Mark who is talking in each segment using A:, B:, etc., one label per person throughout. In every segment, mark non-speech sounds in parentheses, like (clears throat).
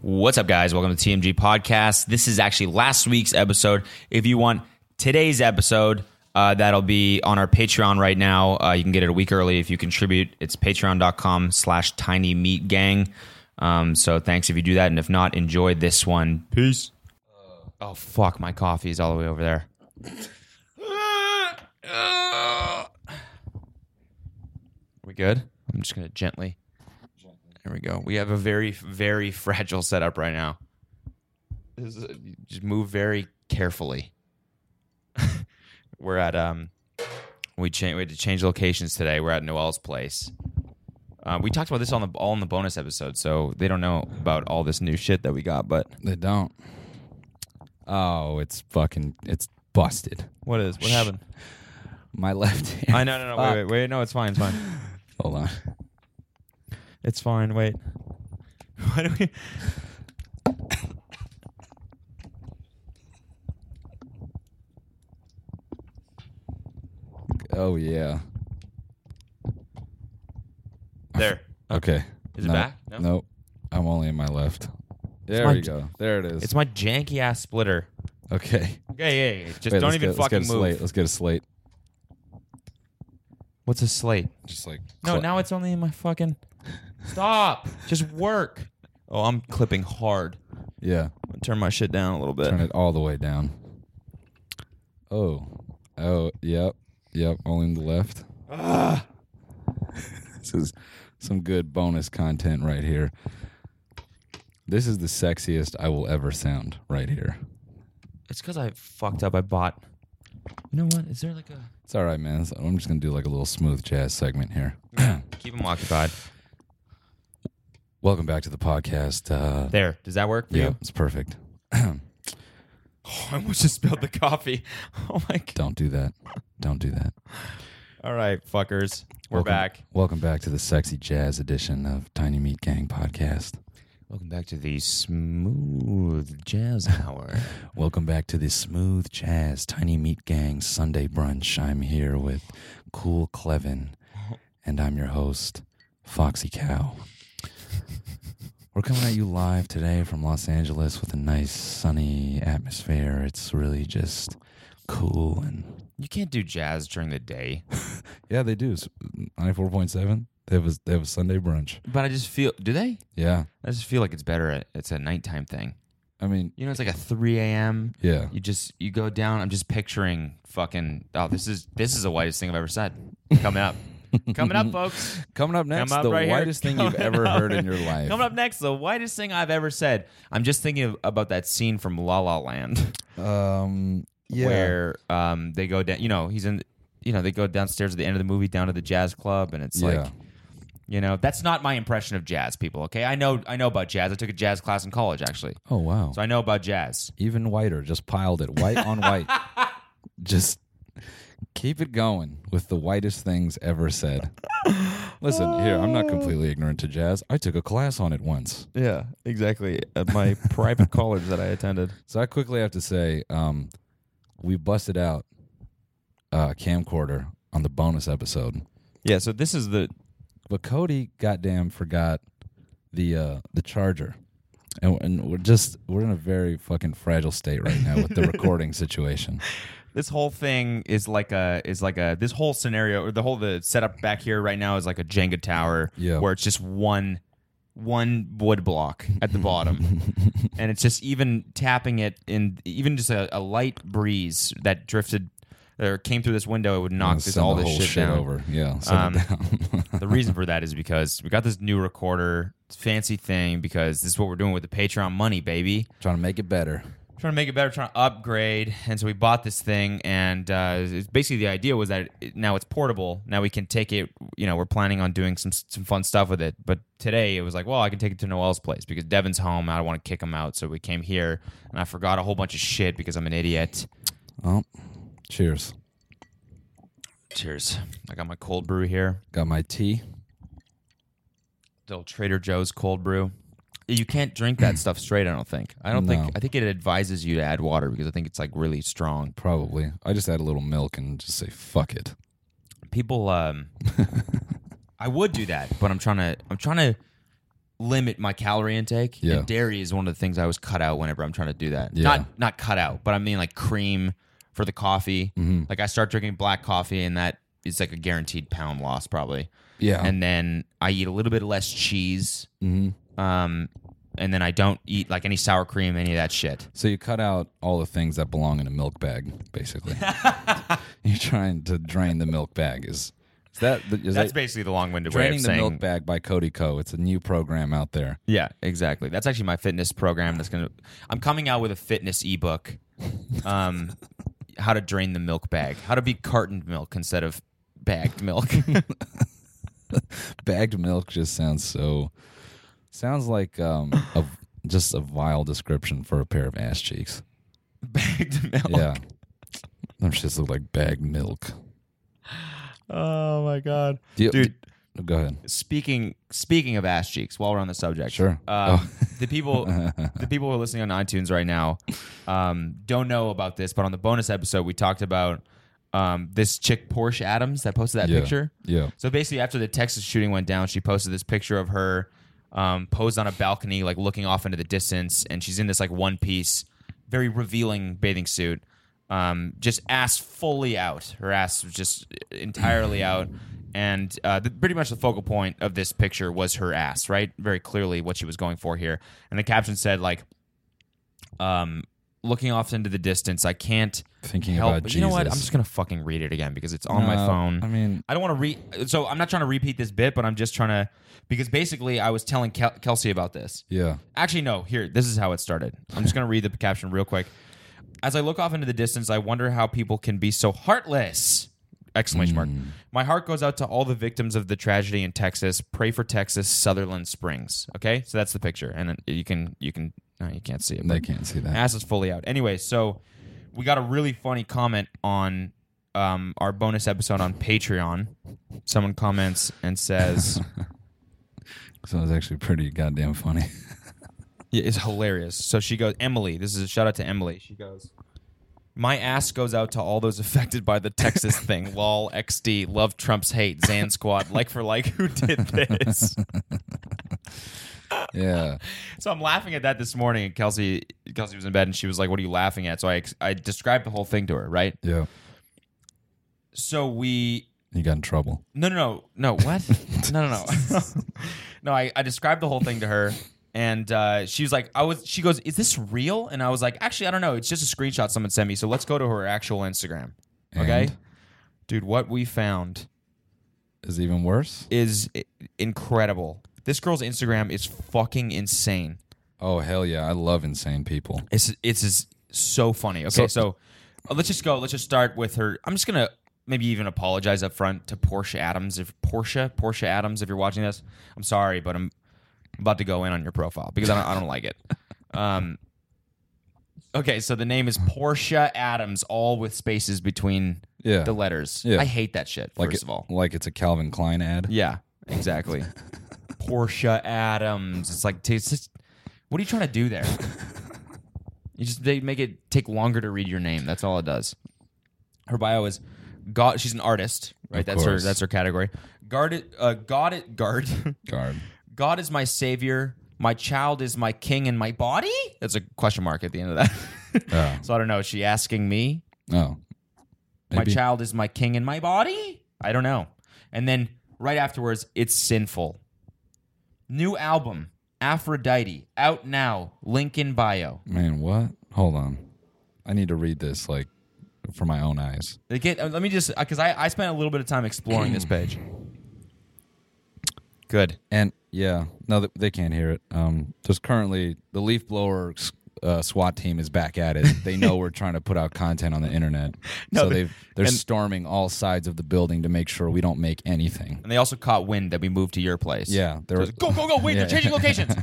A: What's up, guys? Welcome to TMG Podcast. This is actually last week's episode. If you want today's episode, uh, that'll be on our Patreon right now. Uh, you can get it a week early if you contribute. It's patreon.com slash tiny meat gang. Um, so thanks if you do that. And if not, enjoy this one. Peace. Oh, fuck. My coffee is all the way over there. We good? I'm just going to gently. There we go. We have a very, very (laughs) fragile setup right now. This is- just move very carefully. (laughs) We're at um, we changed. We had to change locations today. We're at Noel's place. Uh, we talked about this on the all in the bonus episode, so they don't know about all this new shit that we got. But
B: They don't. Oh, it's fucking it's busted.
A: what is what
B: happened? My (laughs) left
A: (laughs)
B: hand.
A: I no no no wait wait wait no it's fine it's fine
B: Hold on.
A: (laughs) it's fine wait. (laughs) Why do we?
B: Oh yeah.
A: There
B: Okay.
A: Is it
B: No,
A: back? No?
B: Nope. I'm only in my left. There
A: my
B: we
A: j-
B: go. There it is.
A: it's my janky ass splitter.
B: okay.
A: Yeah yeah yeah. Just
B: Wait,
A: don't
B: let's
A: even
B: get, let's get
A: fucking
B: a
A: move.
B: slate. Let's get a slate.
A: What's a slate?
B: Just like
A: No,
B: cl-
A: now it's only in my fucking. Stop. Just work. Oh, I'm clipping hard.
B: yeah.
A: I'm gonna turn my shit down a little bit.
B: Turn it all the way down. Oh. Oh, yep. Yep, only in the left. (laughs) this is some good bonus content right here. This is the sexiest I will ever sound right here.
A: It's because I fucked up. I bought. You know what? Is there like a.
B: It's all right, man. So I'm just going to do like a little smooth jazz segment here.
A: Keep them occupied.
B: Welcome back to the podcast. Uh,
A: There. Does that work for
B: yeah,
A: you? (laughs)
B: it's perfect.
A: Oh, I almost just spilled the coffee. (laughs) Oh my god.
B: Don't do that. Don't do that.
A: All right, fuckers. We're
B: Welcome-
A: back.
B: Welcome back to the sexy jazz edition of Tiny Meat Gang podcast.
A: Welcome back to the smooth jazz hour.
B: Welcome back to the Smooth Jazz Tiny Meat Gang Sunday Brunch. I'm here with Cool Clevin, and I'm your host, Foxy Cow. We're coming at you live today from Los Angeles with a nice sunny atmosphere. It's really just cool and
A: (laughs) you can't do jazz during the day.
B: yeah, they do. Ninety four point seven. They have a, they have a Sunday brunch.
A: But I just feel. Do they?
B: Yeah,
A: I just feel like it's better. At, it's a nighttime thing.
B: I mean,
A: You know, it's like a 3 a.m.
B: yeah.
A: You just you go down. I'm just picturing fucking. Oh, this is this is the whitest thing I've ever said. Coming up, coming up,
B: (laughs)
A: folks.
B: Coming up next,
A: Coming up
B: the
A: right here.
B: whitest thing you've
A: Coming
B: ever
A: up.
B: heard in your life.
A: Coming up next, the whitest thing I've ever said. I'm just thinking of, about that scene from La La Land
B: Um, yeah.
A: where um they go down. You know, he's in. You know, they go downstairs at the end of the movie down to the jazz club, and it's
B: Yeah.
A: like. You know, that's not my impression of jazz, people. Okay, I know, I know about jazz. I took a jazz class in college, actually,
B: Oh wow.
A: so I know about jazz.
B: even whiter, just piled it white on white. just keep it going with the whitest things ever said. Listen, here, I'm not completely ignorant to jazz. I took a class on it once.
A: Yeah, exactly. At
B: (laughs)
A: my private college that I attended.
B: So I quickly have to say, um, we busted out uh, camcorder on the bonus episode.
A: Yeah, so this is the
B: But Cody goddamn forgot the uh, the charger. And, and we're just we're in a very fucking fragile state right now with the recording situation.
A: this whole thing is like a is like a this whole scenario or the whole the setup back here right now is like a Jenga tower
B: Yeah.
A: where it's just one one wood block at the
B: (laughs)
A: bottom and it's just even tapping it in even just a, a light breeze that drifted or came through this window it would knock this
B: Send
A: all
B: the
A: this
B: whole
A: shit, down.
B: over. Yeah, send it
A: Um,
B: down.
A: the reason for that is because we got this new recorder it's a fancy thing because this is what we're doing with the Patreon money baby
B: trying to make it better.
A: trying to make it better, trying to upgrade. And so we bought this thing, and uh, it's basically the idea was that it, now it's portable. Now we can take it. You know, we're planning on doing some some fun stuff with it. But today it was like, well, I can take it to Noel's place because Devin's home. I don't want to kick him out, so we came here, and I forgot a whole bunch of shit because I'm an idiot.
B: Oh, cheers.
A: Cheers. I got my cold brew here,
B: Got my tea.
A: the old Trader Joe's cold brew. You can't drink that (clears throat) stuff straight. I don't think. I don't
B: No.
A: think. I think it advises you to add water because I think it's like really strong.
B: Probably. I just add a little milk and just say fuck it. (laughs)
A: people um i would do that but i'm trying to i'm trying to limit my calorie intake.
B: Yeah.
A: And dairy is one of the things I always cut out whenever I'm trying to do that.
B: Yeah.
A: Not not cut out, but I mean like cream for the coffee.
B: Mhm.
A: Like I start drinking black coffee and that is like a guaranteed pound loss probably.
B: Yeah.
A: And then I eat a little bit less cheese.
B: mm-hmm.
A: Um and then I don't eat like any sour cream, any of that shit.
B: So you cut out all the things that belong in a milk bag,
A: (laughs)
B: basically. You're trying to drain the milk bag. Is, is that the- is
A: That's
B: that
A: basically the long-winded way of
B: draining the
A: saying
B: milk bag by Cody Co? It's a new program out there.
A: Yeah, exactly. That's actually my fitness program. That's gonna. I'm coming out with a fitness ebook, um, how to drain the milk bag, how to be cartoned milk instead of bagged
B: (laughs)
A: milk.
B: Bagged milk just sounds so sounds like um a, just a vile description for a pair of ass cheeks.
A: bagged milk.
B: Yeah. (laughs) Them shits look like bagged milk.
A: Oh my god,
B: Do you-
A: dude.
B: do- go ahead.
A: Speaking speaking of ass cheeks, while we're on the subject,
B: Sure.
A: Um,
B: Oh.
A: The
B: (laughs)
A: people the people who are listening on iTunes right now um, don't know about this, but on the bonus episode we talked about um, this chick Porsche Adams that posted that
B: Yeah.
A: picture.
B: Yeah.
A: So basically, after the Texas shooting went down, she posted this picture of her um, posed on a balcony, like looking off into the distance, and she's in this like one piece, very revealing bathing suit, um, just ass fully out. Her ass was just
B: (laughs)
A: entirely out, and uh, the, pretty much the focal point of this picture was her ass, right? Very clearly what she was going for here, and the caption said like, um, "Looking off into the distance, I can't."
B: Thinking
A: Help.
B: about Jesus.
A: You know what? I'm just gonna fucking read it again because it's on my
B: No,
A: phone.
B: I mean,
A: I don't want to re. So I'm not trying to repeat this bit, but I'm just trying to because basically I was telling Kel- Kelsey about this.
B: yeah.
A: Actually, no. Here, this is how it started. I'm just gonna read the caption real quick. As I look off into the distance, I wonder how people can be so heartless! Exclamation mark. My heart goes out to all the victims of the tragedy in Texas. Pray for Texas, Sutherland Springs. Okay, so that's the picture, and then you can you can no, you can't see it. but-
B: They can't see that.
A: ass is fully out. Anyway, so we got a really funny comment on um, our bonus episode on Patreon. Someone comments and says,
B: So it's actually pretty goddamn funny. (laughs)
A: yeah, "It's hilarious." So she goes, "Emily, this is a shout out to Emily." She goes, "My ass goes out to all those affected by the Texas thing. Lol, XD, love Trump's hate, Zan Squad, like for like, who did this?"
B: yeah.
A: So I'm laughing at that this morning, and Kelsey, Kelsey was in bed, and she was like, "What are you laughing at?" So I, ex- I described the whole thing to her, right?
B: Yeah.
A: So we
B: You got in trouble.
A: No, no, no, no. What? no, no, no. (laughs) no, I, I described the whole thing to her, and uh, she was like, "I was." She goes, "Is this real?" And I was like, "Actually, I don't know. It's just a screenshot someone sent me. So let's go to her actual Instagram." Okay,
B: And?
A: dude, what we found
B: Is it even worse?
A: is i- incredible. This girl's Instagram is fucking insane.
B: Oh hell yeah! I love insane people.
A: It's it's is so funny. Okay, so, uh, let's just go. Let's just start with her. I'm just gonna maybe even apologize up front to Portia Adams if Portia Portia Adams if you're watching this. I'm sorry, but I'm about to go in on your profile because I don't, I don't like
B: (laughs)
A: it. Um, okay, so the name is Portia Adams, all with spaces between
B: Yeah,
A: the letters.
B: Yeah.
A: I hate that shit.
B: like
A: first
B: it-
A: of all,
B: like it's a Calvin Klein ad.
A: yeah,
B: (laughs)
A: exactly. Portia Adams. It's like, t- it's just- what are you trying to do there? You just they make it take longer to read your name. That's all it does. Her bio is God. She's an artist, right?
B: Of
A: that's
B: course.
A: her. That's her category. Guard it. Uh, God it. Guard. (laughs)
B: Guard.
A: God is my savior. My child is my king, and my body. That's a question mark at the end of that.
B: Oh,
A: (laughs) so I don't know. Is she asking me?
B: oh.
A: My
B: Maybe-
A: child is my king and my body? I don't know. And then right afterwards, it's sinful. New album, Aphrodite, out now, link in bio.
B: man, what? Hold on, I need to read this like for my own eyes.
A: They get- uh, let me just, because I, I spent a little bit of time exploring
B: (clears throat)
A: this page. Good.
B: And yeah, no, th- they can't hear it. Um, just currently, the leaf blower s- uh, SWAT team is back at it. They know we're trying to put out content on the internet,
A: (laughs) No,
B: so
A: they-
B: they they're
A: and-
B: storming all sides of the building to make sure we don't make anything.
A: And they also caught wind that we moved to your place.
B: Yeah,
A: They were
B: they're
A: like, go, go, go, wait,
B: Yeah.
A: they're
B: (laughs)
A: changing locations.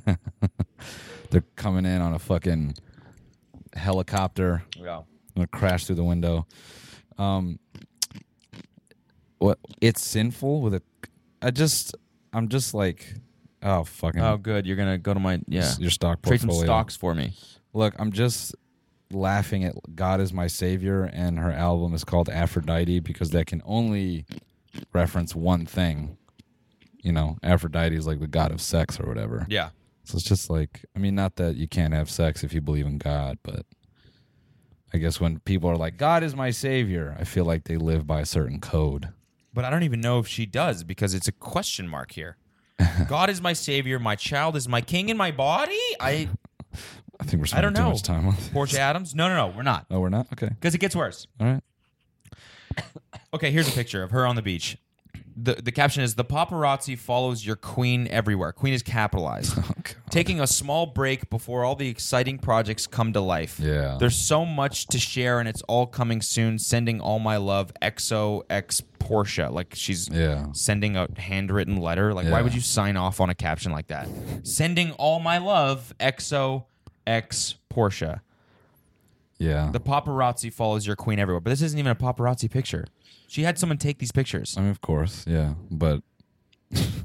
B: they're coming in on a fucking helicopter.
A: yeah.
B: I'm gonna crash through the window. Um, what? It's sinful with a. I just, I'm just like, oh fucking,
A: Oh, good. You're going to go to my, yeah.
B: your stock
A: Trade some
B: portfolio.
A: stocks for me.
B: Look, I'm just laughing at God is my savior, and her album is called Aphrodite because that can only reference one thing, you know, Aphrodite is like the god of sex or whatever.
A: Yeah.
B: So it's just like, I mean, not that you can't have sex if you believe in God, but I guess when people are like, God is my savior, I feel like they live by a certain code.
A: But I don't even know if she does because it's a question mark
B: (laughs)
A: here. God is my savior, my child is my king, and my body. I
B: I think we're
A: I
B: spending
A: don't
B: too
A: know.
B: much time on this.
A: Portia Adams. No, no, no, we're not
B: (laughs) Oh, we're not? Okay.
A: because it gets worse.
B: All right. (laughs)
A: Okay, here's a picture of her on the beach. The, the caption is the paparazzi follows your queen everywhere. Queen is
B: (laughs)
A: capitalized.
B: Okay.
A: Taking a small break before all the exciting projects come to life.
B: Yeah.
A: There's so much to share and it's all coming soon. Sending all my love, XOX Portia. Like she's
B: Yeah.
A: sending a handwritten letter. Like, why
B: Yeah.
A: would you sign off on a caption like that? Sending all my love, XOX Portia.
B: Yeah.
A: The paparazzi follows your queen everywhere. But this isn't even a paparazzi picture. She had someone take these pictures.
B: (laughs) I mean, of course. Yeah. But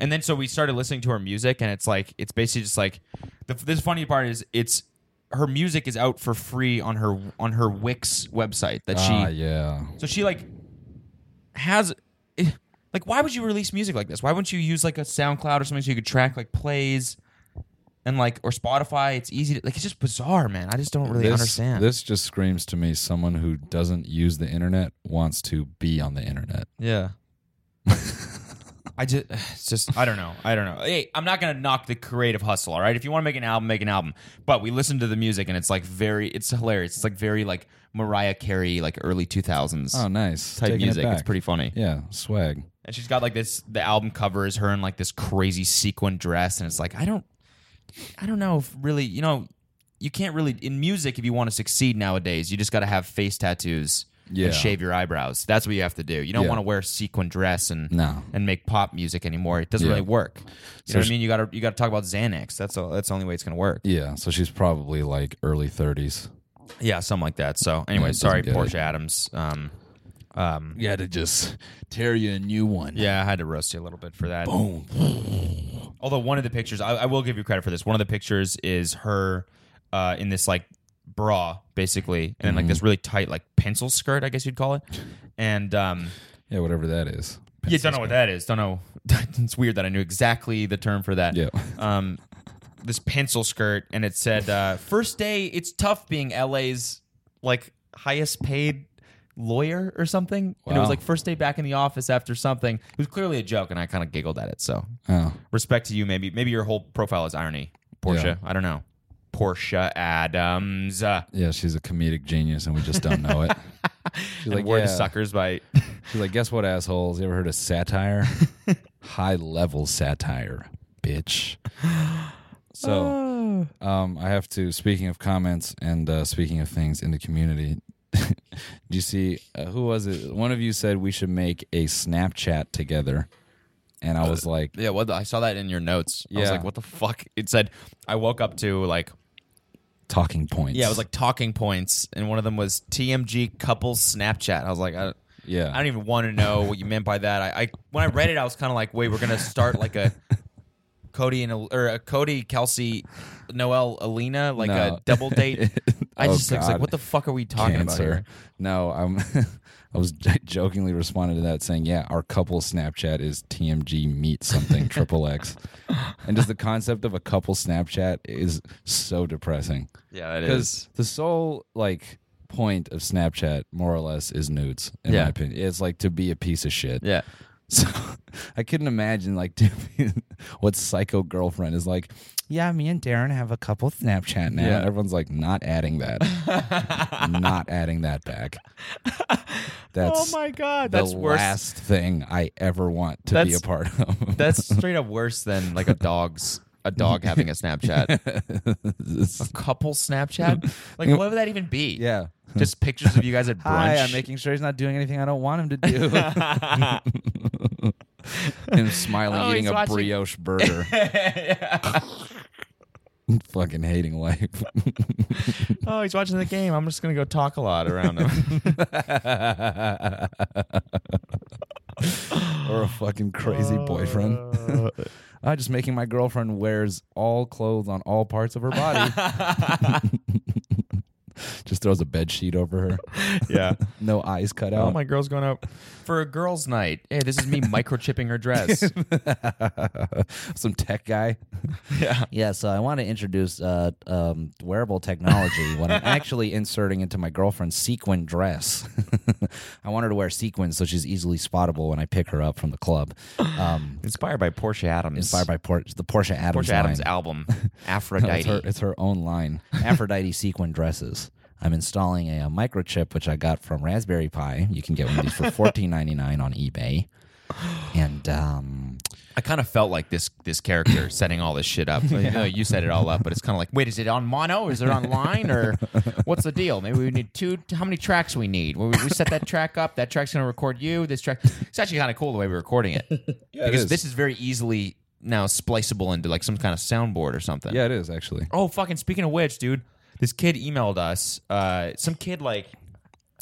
A: And then so we started listening to her music, and it's like it's basically just like the this funny part is it's her music is out for free on her on her Wix website that she
B: ah, yeah.
A: so she like has eh, like why would you release music like this? Why wouldn't you use like a SoundCloud or something so you could track like plays and like or Spotify? It's easy to like it's just bizarre, man. I just don't really
B: this,
A: understand.
B: This just screams to me someone who doesn't use the internet wants to be on the internet.
A: Yeah. (laughs) I just, (sighs) it's just, I don't know. I don't know. Hey, I'm not gonna knock the creative hustle. All right, if you want to make an album, make an album. But we listened to the music, and it's like very, it's hilarious. It's like very like Mariah Carey, like early 2000s
B: Oh, nice.
A: type
B: Taking it
A: music. It's
B: back.
A: pretty funny.
B: (laughs) Yeah. Swag.
A: And she's got like this. The album cover is her in like this crazy sequin dress, and it's like I don't, I don't know if really, you know, you can't really in music if you want to succeed nowadays. You just got to have face tattoos
B: Yeah.
A: and shave your eyebrows. That's what you have to do. You don't
B: Yeah.
A: want to wear sequin dress and
B: No.
A: and make pop music anymore. It doesn't
B: Yeah.
A: really work. You
B: So
A: know what
B: sh-
A: I mean? You gotta you gotta talk about Xanax. That's all. That's the only way it's gonna work.
B: Yeah. So she's probably like early 30s.
A: Yeah, something like that. So anyway,
B: doesn't
A: sorry,
B: get it.
A: Portia Adams. Um, um,
B: You had to just tear you a new one.
A: yeah, I had to roast you a little bit for that.
B: Boom.
A: Although one of the pictures, I, I will give you credit for this. One of the pictures is her uh, in this like bra, basically, and then like this really tight like pencil skirt, I guess you'd call it. And um,
B: Yeah, whatever that is.
A: (laughs) yeah, don't know what that is. Don't know. (laughs) it's weird that I knew exactly the term for that.
B: Yeah. (laughs)
A: Um, this pencil skirt, and it said, uh, first day, it's tough being LA's like highest paid lawyer or something. And it was
B: Wow.
A: like first day back in the office after something. It was clearly a joke, and I kind of giggled at it. So
B: Oh,
A: respect to you. Maybe maybe your whole profile is irony, Portia. I don't know. Portia Adams. Uh,
B: yeah. She's a comedic genius, and we just don't know it. She's
A: and
B: like,
A: word
B: yeah.
A: to suckers
B: (laughs)
A: by
B: She's like, guess what, assholes? You ever heard
A: (laughs)
B: of satire? High level satire,
A: (sighs)
B: bitch. So,
A: Ah.
B: um, I have to. Speaking of comments and uh, speaking of things in the community, (laughs) do you see uh, who was it? One of you said we should make a Snapchat together, and
A: Uh,
B: I was like,
A: Yeah, what the, I saw that in your notes. I was
B: Yeah.
A: like, what the fuck? It said I woke up to like
B: talking points.
A: yeah, it was like talking points, and one of them was TMG couples Snapchat. I was like, I,
B: yeah,
A: I don't even want to know what you meant by that. I, I when I read it, I was kind of like, wait, we're gonna start like
B: (laughs)
A: a Cody and El- or a Cody Kelsey Noel Alina like
B: No.
A: a double
B: (laughs)
A: date. I
B: Oh,
A: just was like,
B: God.
A: what the fuck are we talking about
B: cancer.
A: here?
B: No, I'm. (laughs) I was j- jokingly responded to that saying, "Yeah, our couple Snapchat is TMG meet something triple X," and just the concept of a couple Snapchat is so depressing
A: Yeah, that
B: because the sole like point of Snapchat, more or less, is nudes. In
A: Yeah.
B: my opinion, it's like to be a piece of shit.
A: Yeah.
B: So (laughs) I couldn't imagine like (laughs) to be- what psycho girlfriend is like. Yeah, me and Darren have a couple Snapchat now.
A: Yeah.
B: And everyone's like, not adding (laughs) that, not adding that (laughs) back. Oh That's
A: Oh god,
B: the last thing I ever want to be
A: That's-
B: a part of. (laughs)
A: That's straight up worse than like a dog's a dog having a
B: (laughs)
A: Snapchat. a couple Snapchat? Like what would that even be?
B: yeah.
A: Just pictures of you guys at brunch.
B: (laughs) Hi, I'm making sure he's not doing anything I don't want him to do. (laughs) Him smiling,
A: Oh,
B: eating
A: he's
B: a
A: watching-
B: brioche burger. Fucking hating life.
A: oh, he's watching the game. I'm just gonna go talk a lot around
B: (laughs)
A: him.
B: or a fucking crazy boyfriend.
A: Uh.
B: (laughs) I'm just making
A: (laughs)
B: my girlfriend wears all clothes on all parts of her body. Just throws a bed sheet over her.
A: (laughs) Yeah.
B: No eyes cut
A: Oh,
B: out.
A: my girl's going out for a girls' night. Hey, this
B: (laughs)
A: is me microchipping her dress.
B: Some tech guy.
A: (laughs) yeah.
C: Yeah, so I want to introduce uh, um, wearable technology. what I'm actually inserting into my girlfriend's sequin dress. (laughs) I want her to wear sequins so she's easily spottable when I pick her up from the club.
B: (sighs)
C: Um,
A: Inspired by Portia Adams.
C: inspired by Por- the Portia Adams
A: Portia Adams
B: (laughs)
C: line.
A: album,
C: No,
A: Aphrodite.
C: Oh, it's, her, it's her
A: (laughs)
C: own line. Aphrodite sequin dresses. I'm installing a, uh microchip which I got from Raspberry Pi. You can get one of these for $14.99 on eBay. And um,
A: I kind of felt like this this (laughs) character setting all this shit up. You, know, you set it all up, but it's kind of like, wait, is it on mono? Is it online? (laughs) Or what's the deal? Maybe we need two. How many tracks we need? Well, we, we set that track up. That track's going to record you. This track. It's actually kind of cool the way we're recording (laughs) it.
B: Yeah,
A: because this is very easily now spliceable into like some kind of soundboard or something.
B: Yeah, it is actually.
A: Oh, fucking speaking of which, dude, this kid emailed us. Uh, some kid like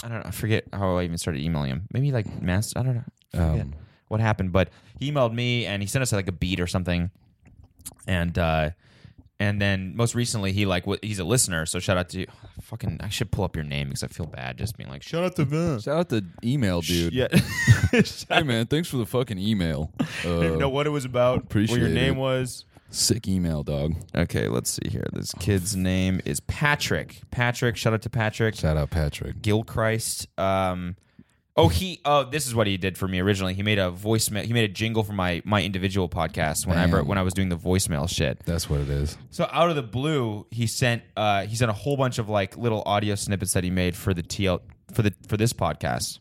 A: I don't know, I forget how I even started emailing him. Maybe like mass. I don't know. I forget
B: Um,
A: what happened, but he emailed me and he sent us like a beat or something, and uh, and then most recently he like wa- he's a listener. So shout out to you. (sighs) fucking. I should pull up your name because I feel bad just being like shout out to them. (laughs)
B: Shout out the email
C: (laughs)
B: dude.
A: Yeah. (laughs)
B: Hey man, thanks for the fucking email.
A: I
C: (laughs)
A: didn't know
B: Uh,
A: what it was about.
B: Appreciate
A: what your name
B: it.
A: was.
B: sick email, dog.
A: Okay, let's see here. This kid's name is Patrick. Patrick, shout out to Patrick.
B: Shout out Patrick.
A: Gilchrist. Um, oh, he. Oh, this is what he did for me originally. He made a voicemail. He made a jingle for my my individual podcast whenever
B: Damn.
A: when I was doing the voicemail shit.
B: That's what it is.
A: So out of the blue, he sent uh, he sent a whole bunch of like little audio snippets that he made for the TL for the for this podcast.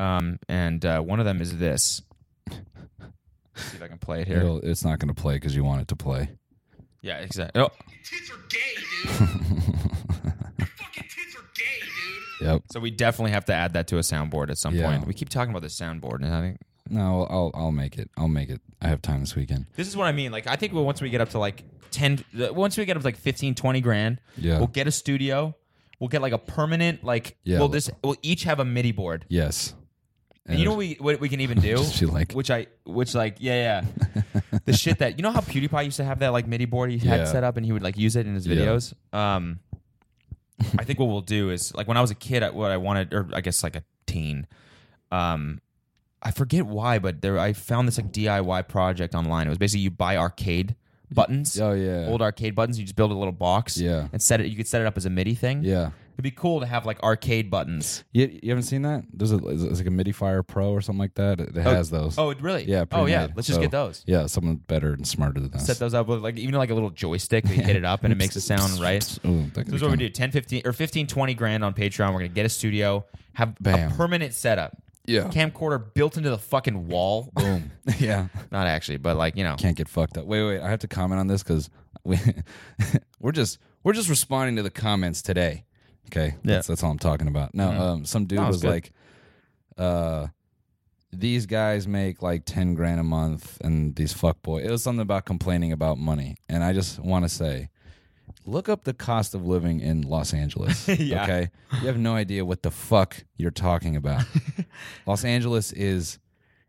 A: Um, and uh, one of them is this. Let's see if I can play it here.
B: It'll- it's not going to play because you want it to play.
A: Yeah, exactly. Oh,
D: tits are gay, dude. fucking tits are gay, dude.
B: Yep.
A: So we definitely have to add that to a soundboard at some
B: Yeah.
A: point. We keep talking about the soundboard, and I think
B: No, I'll I'll make it. I'll make it. I have time this weekend.
A: this is what I mean. Like, I think once we get up to like 10, uh, once we get up to like 15, 20 grand,
B: Yeah.
A: we'll get a studio. We'll get like a permanent, like,
B: Yeah.
A: we'll just, we'll each have a MIDI board.
B: Yes.
A: And you know what we, what we can even
B: (laughs)
A: do?
B: She like-
A: which I, which like, yeah,
B: (laughs)
A: yeah. the shit that, you know how PewDiePie used to have that like MIDI board he had
B: Yeah.
A: set up and he would like use it in his
B: Yeah.
A: videos? Um, I think what we'll do is like when I was a kid, I- what I wanted, or I guess like a teen, um, I forget why, but there I found this like DIY project online. It was basically you buy arcade buttons,
B: Oh yeah.
A: old arcade buttons. You just build a little box,
B: Yeah.
A: and set it. You could set it up as a MIDI thing.
B: Yeah.
A: it'd be cool to have like arcade buttons.
B: You, you haven't seen that? There's a it's like a MIDI Fire Pro or something like that. It, it has those.
A: Oh, it really?
B: yeah.
A: Oh, yeah.
B: pre-made.
A: Let's just
B: So,
A: get those.
B: Yeah, someone better and smarter than us.
A: Set those up with like even like a little joystick. We hit it up and it makes a sound, right? So
B: Ooh, that could
A: this
B: be
A: is what we
B: kinda-
A: do 10, 15, or 15, 20 grand on Patreon. We're going to get a studio, have
B: Bam.
A: a permanent setup.
B: Yeah.
A: Camcorder built into the fucking wall. Boom.
B: (laughs) yeah.
A: (laughs) Not actually, but like, you know.
B: Can't get fucked up. Wait, wait. I have to comment on this because we (laughs) we're just we're just responding to the comments today. Okay. That's that's all I'm talking about. No, um, some dude
A: That was
B: was
A: Mm-hmm. good.
B: like, uh, these guys make like ten grand a month, and these fuckboy. It was something about complaining about money, and I just want to say. Look up the cost of living in Los
A: (laughs)
B: Angeles.
A: Yeah.
B: Okay. You have no idea what the fuck you're
A: (laughs)
B: talking about. Los Angeles is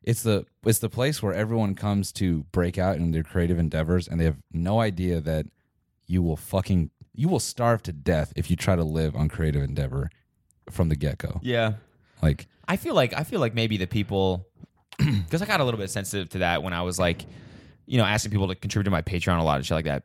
B: it's the it's the place where everyone comes to break out in their creative endeavors and they have no idea that you will fucking you will starve to death if you try to live on creative endeavor from the get-go.
A: Yeah.
B: Like
A: I feel like I feel like maybe the people (clears throat) because I got a little bit sensitive to that when I was like, you know, asking people to contribute to my Patreon a lot and shit like that.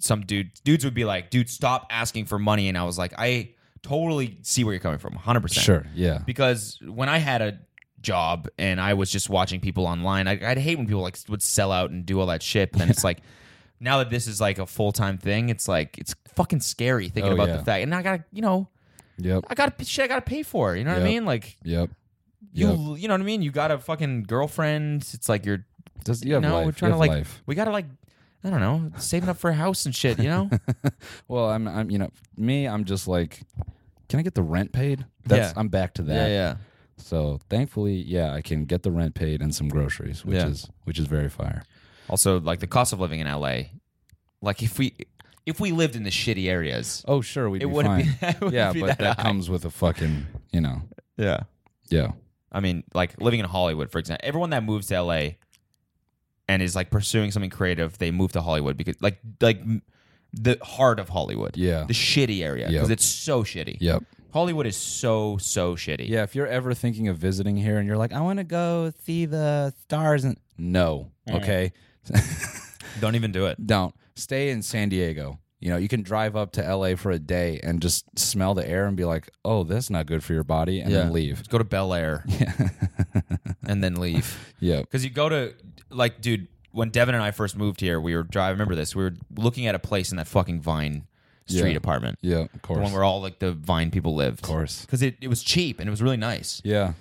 A: Some dude dudes would be like, "Dude, stop asking for money," and I was like, "I totally see where you're coming from, 100." percent
B: sure, yeah.
A: Because when I had a job and I was just watching people online, I, I'd hate when people like would sell out and do all that shit. But then it's like. Now that this is like a full time thing, it's like it's fucking scary thinking
B: Oh,
A: about
B: yeah.
A: the fact. And I gotta, you know,
B: Yep.
A: I gotta shit, I gotta pay for. it, You know what I
B: Yep.
A: mean? Like
B: Yep.
A: you
B: Yep.
A: you know what I mean? You got a fucking girlfriend. It's like you're
B: Just, you have
A: no,
B: life.
A: we're trying
B: you
A: to
B: have
A: like
B: life.
A: we gotta like I don't know, saving up for a house and shit, you
B: (laughs)
A: know?
B: Well, I'm I'm you know, me I'm just like can I get the rent paid? That's
A: Yeah.
B: I'm back to that.
A: yeah.
B: So, thankfully, yeah, I can get the rent paid and some groceries, which
A: Yeah.
B: is which is very fire.
A: Also, like the cost of living in LA. Like if we if we lived in the shitty areas,
B: Oh, sure, we'd
A: it
B: be (laughs)
A: wouldn't
B: fine.
A: be (laughs) it wouldn't
B: yeah,
A: be
B: but that,
A: high.
B: comes with a fucking, you know,
A: Yeah.
B: yeah,
A: I mean, like living in Hollywood, for example. Everyone that moves to LA and is like pursuing something creative, they move to Hollywood because like like m- the heart of Hollywood.
B: Yeah.
A: The shitty area
B: Yep.
A: because it's so shitty.
B: Yep.
A: Hollywood is so so shitty.
B: Yeah, if you're ever thinking of visiting here and you're like, I want to go see the stars and no, okay,
A: Don't even do it.
B: don't stay in San Diego. You know, you can drive up to LA for a day and just smell the air and be like, oh, that's not good for your body, and then leave.
A: Just go to Bel
B: (laughs)
A: Air and then leave.
B: Yep.
A: Because you go to like, dude, when Devin and I first moved here, we were driving. I remember this. We were looking at a place in that fucking Vine Street
B: Yeah.
A: apartment.
B: Yeah, of
A: The
B: course.
A: one where all like the Vine people lived. Of
B: course.
A: Because it, it was cheap and it was really nice.
B: yeah.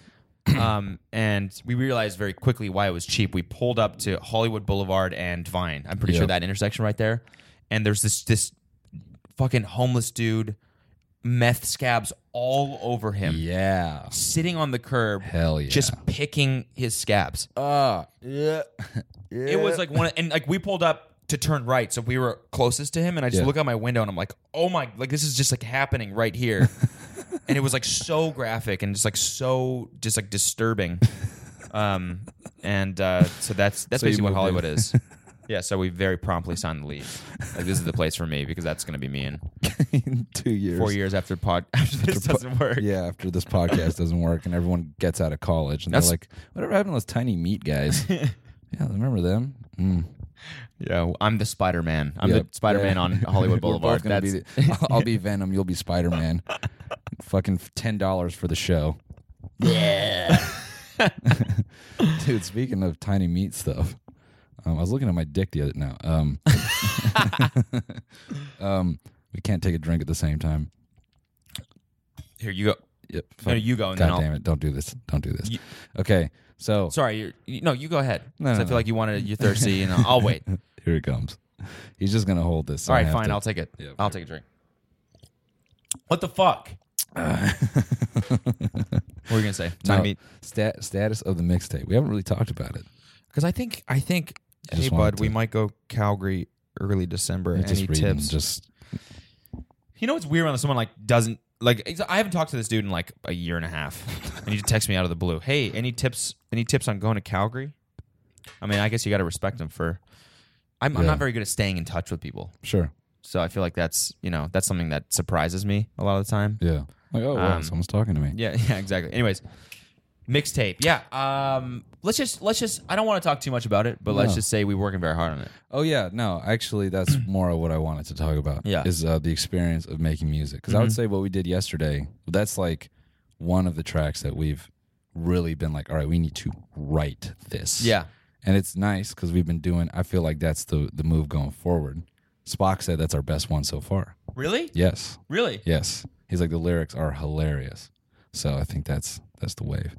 A: Um, and we realized very quickly why it was cheap. We pulled up to Hollywood Boulevard and Vine. I'm pretty
B: Yeah.
A: sure that intersection right there. And there's this this fucking homeless dude, meth scabs all over him,
B: Mm. Yeah.
A: sitting on the curb,
B: Hell yeah.
A: just picking his scabs.
B: Uh, yeah. (laughs)
A: It was like one, and like we pulled up to turn right, so we were closest to him, and I just
B: Yeah.
A: look out my window and I'm like, oh my, like this is just like happening right
B: (laughs)
A: here, and it was like so graphic and just like so just like
B: (laughs)
A: disturbing, um, and uh, so that's that's
B: So you
A: basically what
B: moved
A: Hollywood
B: in. (laughs)
A: is. Yeah, so we very promptly signed the lease. Like this is the place for me because that's going to be me in
B: in (laughs) two years.
A: four years after pod (laughs) after
B: (laughs)
A: this doesn't work. (laughs)
B: Yeah, after this podcast doesn't work and everyone gets out of college and
A: That's-
B: they're like, whatever happened to those tiny
A: (laughs)
B: meat guys? yeah, remember them? Mm.
A: Yeah, I'm the Spider Man. I'm
B: Yep.
A: the Spider Man
B: Yeah.
A: on
B: (laughs) We're
A: Hollywood
B: both
A: Boulevard.
B: gonna
A: That's,
B: be the- I'll-
A: (laughs)
B: I'll be Venom. You'll be Spider Man. Fucking ten dollars for the show. Yeah. (laughs) Dude, speaking of tiny meat stuff, um, I was looking at my dick the other now. Um, (laughs) um, we can't take a drink at the same time.
A: here you go.
B: Yep.
A: No, you go and then
B: God
A: I'll-
B: damn it! Don't do this. Don't do this.
A: You-
B: okay, so
A: Sorry, you're, you, no, you go ahead.
B: No,
A: 'Cause
B: no,
A: I feel
B: no.
A: like you wanted you're thirsty, and
B: (laughs)
A: I'll, I'll wait.
B: here it comes. He's just gonna hold this.
A: All right, fine, I'll take it.
B: Yeah,
A: I'll take a drink. What the fuck? what were you gonna say?
B: no,
A: Time
B: stat, status of the mixtape. We haven't really talked about it.
A: Because I think I think
B: I
A: hey
B: just
A: bud,
B: wanted
A: we
B: to-
A: might go Calgary early December.
B: Just
A: Any
B: reading,
A: tips?
B: Just
A: you know what's weird when someone like doesn't like ex- I haven't talked to this dude in like a year and a half, and he just texts me out of the blue. Hey, any tips? Any tips on going to Calgary? I mean, I guess you got to respect him for. I'm, I'm
B: Yeah.
A: not very good at staying in touch with people.
B: sure.
A: So I feel like that's you know that's something that surprises me a lot of the time.
B: Yeah. Like, oh, wow,
A: Um,
B: someone's talking to me.
A: Yeah, (laughs) yeah, exactly. Anyways, mixtape. Yeah. Um. Let's just let's just. I don't want to talk too much about it, but let's
B: No.
A: just say we're working very hard on it.
B: Oh, yeah. No,
A: (clears throat)
B: actually, that's more of what I wanted to talk about.
A: Yeah. Mm-hmm.
B: Is uh, the experience of making music. Because I would say what we did yesterday, that's like one of the tracks that we've really been like, all right, we need to write this.
A: (laughs) Yeah.
B: And it's nice because we've been doing, I feel like that's the, the move going forward. Spock said that's our best one so far.
A: Really?
B: Yes.
A: Really?
B: Yes. He's like the lyrics are hilarious. So I think that's that's the wave.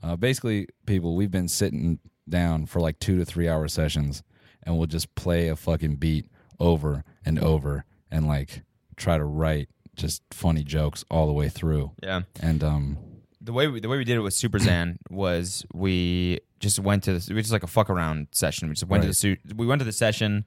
B: Uh, basically, people, we've been sitting down for like two to three hour sessions, and we'll just play a fucking beat over and over, and like try to write just funny jokes all the way through.
A: Yeah.
B: And um,
A: The way we, the way we did it with Super Zan (laughs) was we just went to we just like a fuck around session. We just went to the
B: Right.
A: suit. We went to the session.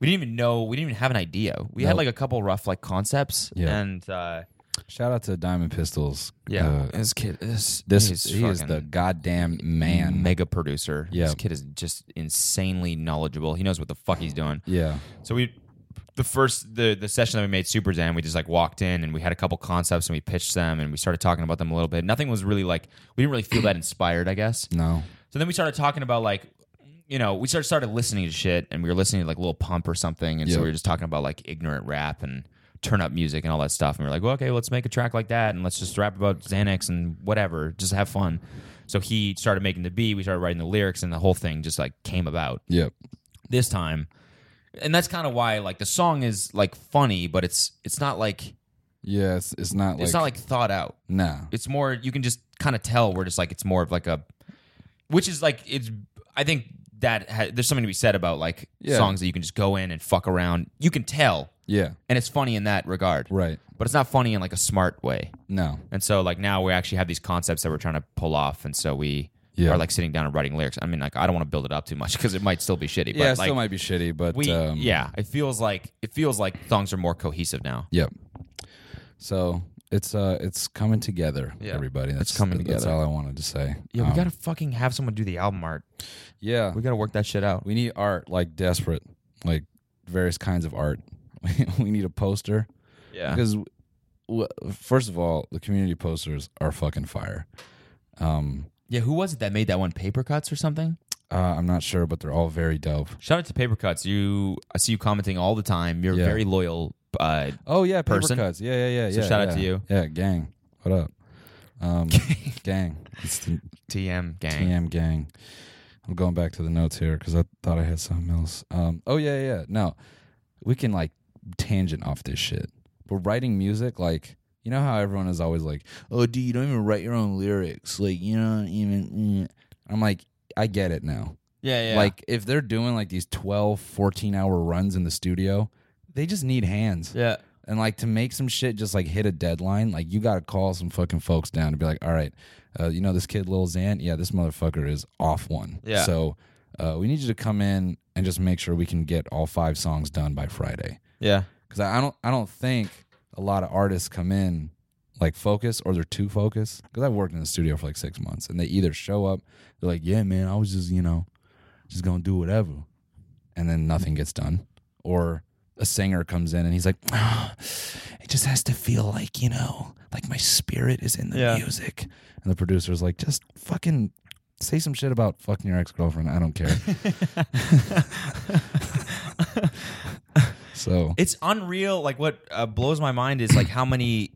A: We didn't even know. We didn't even have an idea. We had
B: Nope.
A: like a couple rough like concepts.
B: Yeah.
A: And uh,
B: shout out to Diamond Pistols.
A: yeah,
B: Uh,
A: this kid. This
B: this
A: he's
B: he is
A: fucking-
B: the goddamn man.
A: mega producer.
B: Yeah.
A: This kid is just insanely knowledgeable. He knows what the fuck he's doing.
B: yeah.
A: So we the first the the session that we made Super Zen, we just like walked in and we had a couple concepts and we pitched them and we started talking about them a little bit. Nothing was really like we didn't really feel that inspired, I guess.
B: No.
A: So then we started talking about like, you know, we started started listening to shit, and we were listening to like Lil Pump or something, and so
B: Yeah.
A: we were just talking about like ignorant rap and turn up music and all that stuff, and we were like, well, okay, let's make a track like that, and let's just rap about Xanax and whatever, just have fun. So he started making the beat, we started writing the lyrics, and the whole thing just like came about
B: Yep.
A: this time, and that's kind of why like the song is like funny, but it's it's not like,
B: Yeah. It's, it's not like
A: it's not like thought out.
B: nah.
A: It's more you can just kind of tell we're just like it's more of like a, which is like it's. I think that ha, there's something to be said about like
B: Yeah.
A: songs that you can just go in and fuck around. You can tell,
B: Yeah.
A: and it's funny in that regard,
B: Right.
A: but it's not funny in like a smart way.
B: No.
A: And so like now we actually have these concepts that we're trying to pull off, and so we
B: Yeah.
A: are like sitting down and writing lyrics. I mean, like I don't want to build it up too much (laughs) because it might still be shitty.
B: Yeah.
A: but, like,
B: still might be shitty, but
A: we
B: um,
A: yeah, it feels like it feels like songs are more cohesive now.
B: Yep. So it's uh it's coming together,
A: Yeah.
B: everybody. That's
A: coming
B: That's
A: together.
B: all I wanted to say.
A: Yeah,
B: Um,
A: we gotta fucking have someone do the album art.
B: yeah.
A: We gotta work that shit out.
B: We need art (laughs) like desperate, like various kinds of art. we need a poster
A: Yeah.
B: because w- first of all, the community posters are fucking fire. Um,
A: Yeah, who was it that made that one? Paper Cuts or something?
B: uh, I'm not sure, but they're all very dope.
A: Shout out to Paper Cuts. You I see you commenting all the time. You're
B: Yeah.
A: very loyal. Uh,
B: Oh yeah, paper
A: Person?
B: cuts. Yeah, yeah, yeah.
A: So
B: yeah,
A: shout out
B: yeah.
A: to you.
B: Yeah, gang. What up?
A: (laughs)
B: Um, gang. It's the
A: TM gang.
B: TM gang. I'm going back to the notes here because I thought I had something else. Um, oh yeah, yeah. No, we can like tangent off this shit. But writing music, like you know how everyone is always like, "Oh, dude, you don't even write your own lyrics." Like you don't even. mm." I'm like, I get it now.
A: Yeah, yeah.
B: Like if they're doing like these 12, 14 hour runs in the studio, they just need hands.
A: yeah.
B: And like to make some shit just like hit a deadline, like you gotta call some fucking folks down and be like, all right, uh, you know this kid Lil Xan, yeah, this motherfucker is off one.
A: Yeah.
B: So uh, we need you to come in and just make sure we can get all five songs done by Friday.
A: Yeah.
B: Because I, I don't, I don't think a lot of artists come in like focus or they're too focused. Because I've worked in the studio for like six months and they either show up, they're like, yeah, man, I was just you know, just gonna do whatever, and then nothing gets done, or a singer comes in and he's like, "Ah, it just has to feel like you know, like my spirit is in the
A: Yeah.
B: music, and the producer's like, just fucking. Say some shit about fucking your ex girlfriend. I don't care. (laughs) so
A: It's unreal. Like what uh, blows my mind is like how many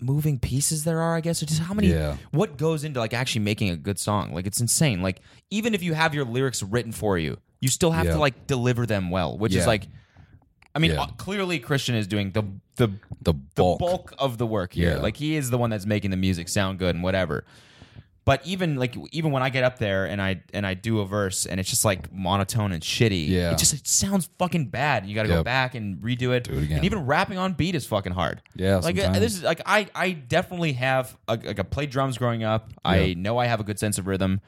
A: moving pieces there are. I guess or just how many.
B: Yeah.
A: What goes into like actually making a good song? Like it's insane. Like even if you have your lyrics written for you, you still have
B: Yeah.
A: to like deliver them well, which
B: Yeah.
A: is like. I mean,
B: Yeah.
A: uh, clearly Christian is doing the the
B: the
A: the
B: bulk,
A: bulk, of the work here.
B: Yeah.
A: Like he is the one that's making the music sound good and whatever. But even like even when I get up there and I and I do a verse and it's just like monotone and shitty,
B: Yeah.
A: it just it sounds fucking bad. And you got to go
B: Yep.
A: back and redo it.
B: Do it again.
A: And even rapping on beat is fucking hard.
B: Yeah,
A: like uh,
B: sometimes.
A: this is like I I definitely have a, like I played drums growing up. I
B: Yeah.
A: know I have a good sense of rhythm.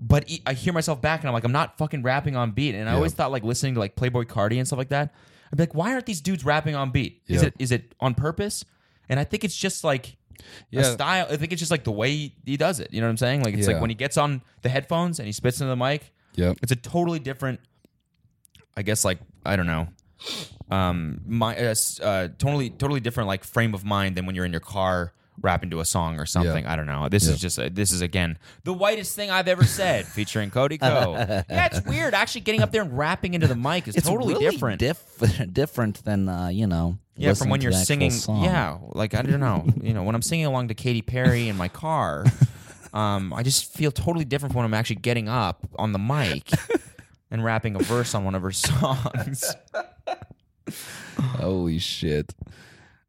A: But e- I hear myself back and I'm like, I'm not fucking rapping on beat. And I always thought like listening to like Playboy Cardi and stuff like that. I'd be like, why aren't these dudes rapping on beat? Is
B: Yeah.
A: it is it on purpose? And I think it's just like a
B: Yeah.
A: style. I think it's just like the way he, he does it. You know what I'm saying? Like it's
B: Yeah.
A: like when he gets on the headphones and he spits into the mic.
B: Yep.
A: It's a totally different. I guess like I don't know. Um, my uh, s- uh, totally totally different like frame of mind than when you're in your car rapping to a song or something. I don't know. This is just uh this is again the whitest thing I've ever said featuring Cody
C: (laughs)
A: Co. yeah, it's weird. Actually, getting up there and rapping into the mic is
C: It's
A: totally
C: really
A: different.
C: diff- (laughs) different than uh, you know.
A: Yeah, from
C: listening
A: when
C: to
A: you're
C: the actual
A: singing.
C: song. (laughs)
A: Yeah, like I don't know. you know, when I'm singing along to Katy Perry in my (laughs) car, um, I just feel totally different from when I'm actually getting up on the (laughs) mic and rapping a verse on one of her songs.
B: Holy shit.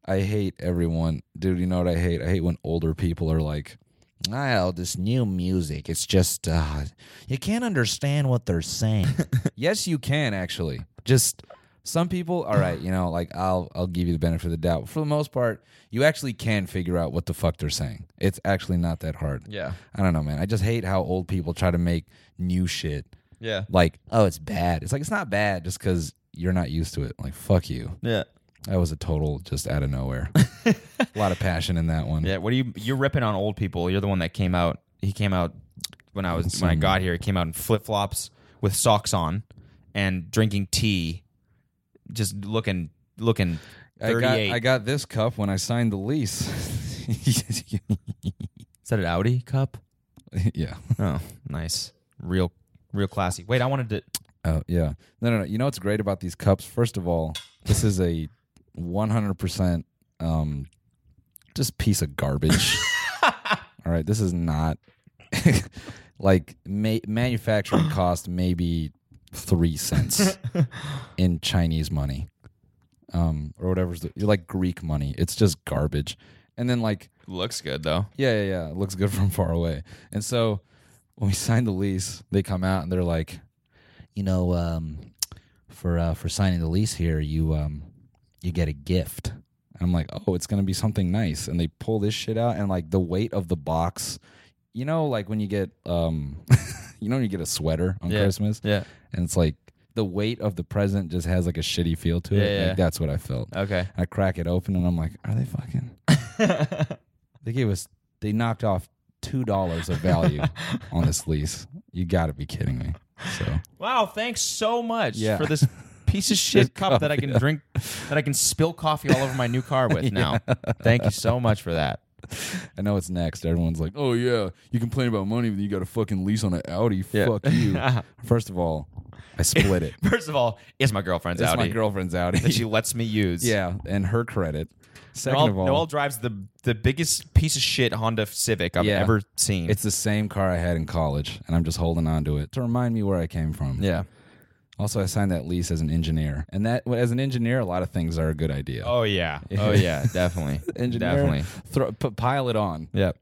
B: I hate everyone. Dude, you know what I hate? I hate when older people are like, "Ah, oh,
C: Well, this new music, it's just uh, you can't understand what they're (laughs) saying.
B: yes, you can actually. Just some people, all right, you know, like I'll I'll give you the benefit of the doubt. For the most part, you actually can figure out what the fuck they're saying. It's actually not that hard.
A: (laughs) Yeah.
B: I don't know, man. I just hate how old people try to make new shit
A: Yeah.
B: like, oh, it's bad. It's like it's not bad just cuz you're not used to it. Like, fuck you.
A: Yeah.
B: That was a total just out of nowhere. a lot of passion in that one.
A: Yeah. What are you? You're ripping on old people. You're the one that came out. He came out when I was when I got here. He came out in flip flops with socks on and drinking tea, just looking looking.
B: I
A: 38.
B: got, I got this cup when I signed the lease.
A: Is that an Audi cup?
B: (laughs) yeah.
A: Oh, nice. Real, real classy. Wait, I wanted to.
B: Oh, yeah. No, no, no. You know what's great about these cups? First of all, this is a 100% um, just piece of garbage. all right. This is not (laughs) like ma- manufacturing cost maybe three cents in Chinese money um, or whatever's the, like Greek money. It's just garbage. And then, like,
A: Looks good though.
B: Yeah, yeah, yeah. It looks good from far away. And so when we signed the lease, they come out and they're like,
C: you know, um, for uh, for signing the lease here, you um, you get a gift.
B: I'm like, oh, it's gonna be something nice. And they pull this shit out and like the weight of the box, you know, like when you get um (laughs) you know when you get a sweater on
A: Yeah.
B: Christmas
A: Yeah.
B: and it's like the weight of the present just has like a shitty feel to it.
A: Yeah, yeah.
B: Like that's what I felt.
A: Okay.
B: I crack it open and I'm like, are they fucking
A: (laughs)
B: They gave us they knocked off two dollars
A: (laughs)
B: of value on this lease. You gotta be kidding me. So
A: Wow. Thanks so much
B: Yeah.
A: for this piece (laughs) of shit cup that I can drink, that I can spill coffee all over my new car (laughs) with now. Thank you so much for that.
B: I know it's next. Everyone's like, "Oh yeah, you complain about money, but then you got a fucking lease on an Audi.
A: Yeah.
B: Fuck
A: (laughs)
B: you." First of all, I split it.
A: First of all, it's my girlfriend's
B: It's
A: Audi
B: my girlfriend's Audi.
A: that she lets me use.
B: (laughs) yeah, and her credit. Second
A: Noel,
B: of all,
A: Noel drives the the biggest piece of shit Honda Civic I've
B: Yeah.
A: ever seen.
B: it's the same car I had in college, and I'm just holding on to it to remind me where I came from.
A: yeah.
B: Also, I signed that lease as an engineer, and that as an engineer, a lot of things are a good idea.
A: Oh (laughs) yeah. Oh yeah. (laughs) Definitely.
B: engineer,
A: Definitely.
B: throw, put, pile it on.
A: Yep.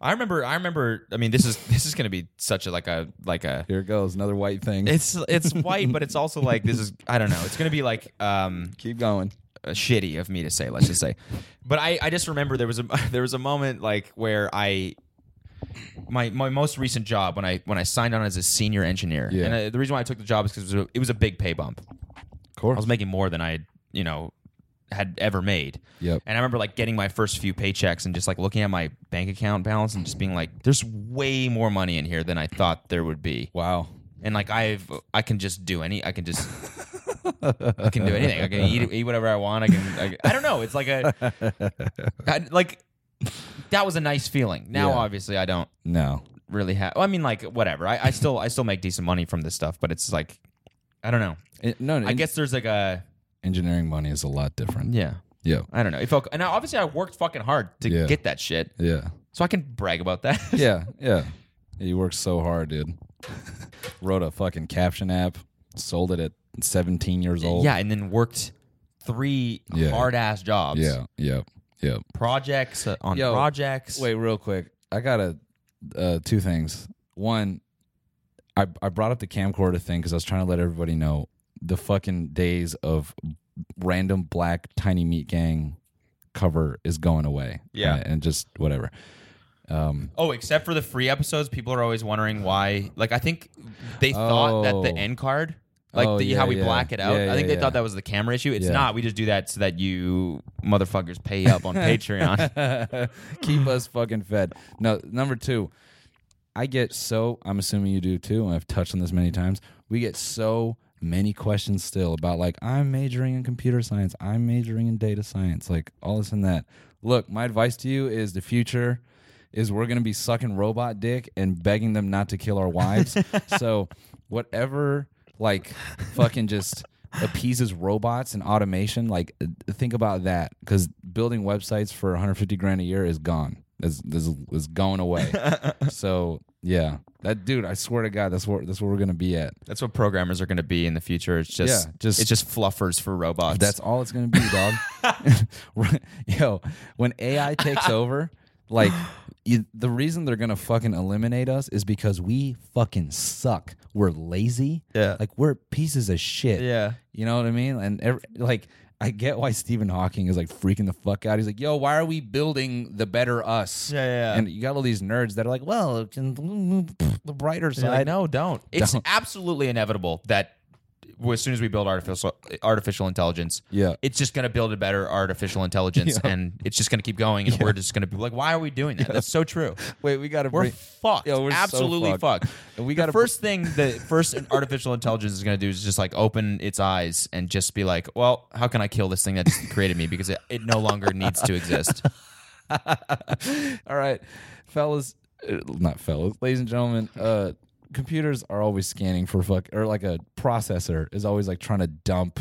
A: I remember. I remember. I mean, this is this is going to be such a like a like a.
B: Here it goes, another white thing.
A: It's it's white, but it's also like this is I don't know. It's going to be like um
B: Keep going.
A: uh, shitty of me to say. Let's just say, but I I just remember there was a (laughs) there was a moment like where I. My, my most recent job when I when I signed on as a senior engineer,
B: Yeah.
A: and uh the reason why I took the job is because it, was a- it was a big pay bump.
B: Of course.
A: I was making more than I, had, you know, had ever made.
B: Yep.
A: And I remember like getting my first few paychecks and just like looking at my bank account balance and just being like, "There's way more money in here than I thought there would be."
B: wow.
A: And like I've, I can just do any, I can
B: (laughs)
A: just, I can do anything. I can eat, eat whatever I want. I can, I, I don't know. It's like a, I, like, that was a nice feeling. Now
B: Yeah.
A: obviously I don't
B: No.
A: really have. I mean like whatever. I, I still, I still make decent money from this stuff, but it's like, I don't know.
B: Eh, no.
A: I
B: en-
A: guess there's like a
B: engineering money is a lot different.
A: yeah.
B: Yeah.
A: I don't know. It felt, and I, obviously I worked fucking hard to
B: Yeah.
A: get that shit,
B: Yeah.
A: so I can brag about that.
B: Yeah. Yeah. You worked so hard, dude. (laughs) Wrote a fucking caption app, sold it at 17 years
A: (laughs)
B: old.
A: yeah, and then worked three
B: Yeah.
A: hard ass jobs.
B: Yeah. Yep. Yep.
A: projects uh, on
B: Yo,
A: projects.
B: Wait, real quick. I got a uh, two things. One, I I brought up the camcorder thing because I was trying to let everybody know the fucking days of random black tiny meat gang cover is going away.
A: Yeah.
B: and, and just whatever. (laughs) Um,
A: Oh, except for the free episodes, people are always wondering why. Like, I think they thought that
B: Oh.
A: the end card, like
B: Oh,
A: the,
B: yeah,
A: how we
B: yeah.
A: black it out,
B: Yeah,
A: I think
B: yeah,
A: they
B: yeah.
A: thought that was the camera issue. It's
B: Yeah.
A: not. We just do that so that you motherfuckers pay up
B: (laughs)
A: on Patreon.
B: keep us fucking fed. No, number two, I get so. I'm assuming you do too. and I've touched on this many times. We get so many questions still about like I'm majoring in computer science. I'm majoring in data science. Like all this and that. Look, my advice to you is the future is we're gonna be sucking robot dick and begging them not to kill our wives. so whatever, like fucking just appeases robots and automation. Like, uh, think about that because building websites for 150 grand a year is gone. Is is, is going away. so yeah, that dude. I swear to God, that's where that's where we're gonna be at.
A: That's what programmers are going to be in the future. It's just,
B: Yeah, just-
A: it's just fluffers for robots.
B: That's all it's gonna be,
A: (laughs)
B: dog. (laughs) Right- Yo, when AI takes over, like you, the reason they're gonna fucking eliminate us is because we fucking suck. We're lazy.
A: Yeah.
B: like we're pieces of shit.
A: Yeah.
B: you know what I mean. And every, like, I get why Stephen Hawking is like freaking the fuck out. He's like, "Yo, why are we building the better us?"
A: Yeah, yeah, yeah.
B: And you got all these nerds that are like, "Well, it can- the brighter
A: They're
B: side."
A: like, no, don't. It's
B: Don't.
A: absolutely inevitable that w- as soon as we build artificial artificial intelligence,
B: Yeah.
A: it's just going to build a better
B: (laughs)
A: artificial intelligence, and it's just going to keep going, and we're just going to be like, why are we doing that? That's so true.
B: Wait, we got to.
A: We're fucked.
B: Yo, we're so
A: absolutely
B: fucked.
A: fucked. (laughs)
B: And we
A: the
B: gotta-
A: first thing the first artificial intelligence is going to do is just like open its eyes and just be like, well, how can I kill this thing that just created me because it, it no longer needs to exist.
B: (laughs) All right, fellas, uh, not fellas, ladies and gentlemen. Uh, computers are always scanning for fuck, or like a processor is always like trying to dump.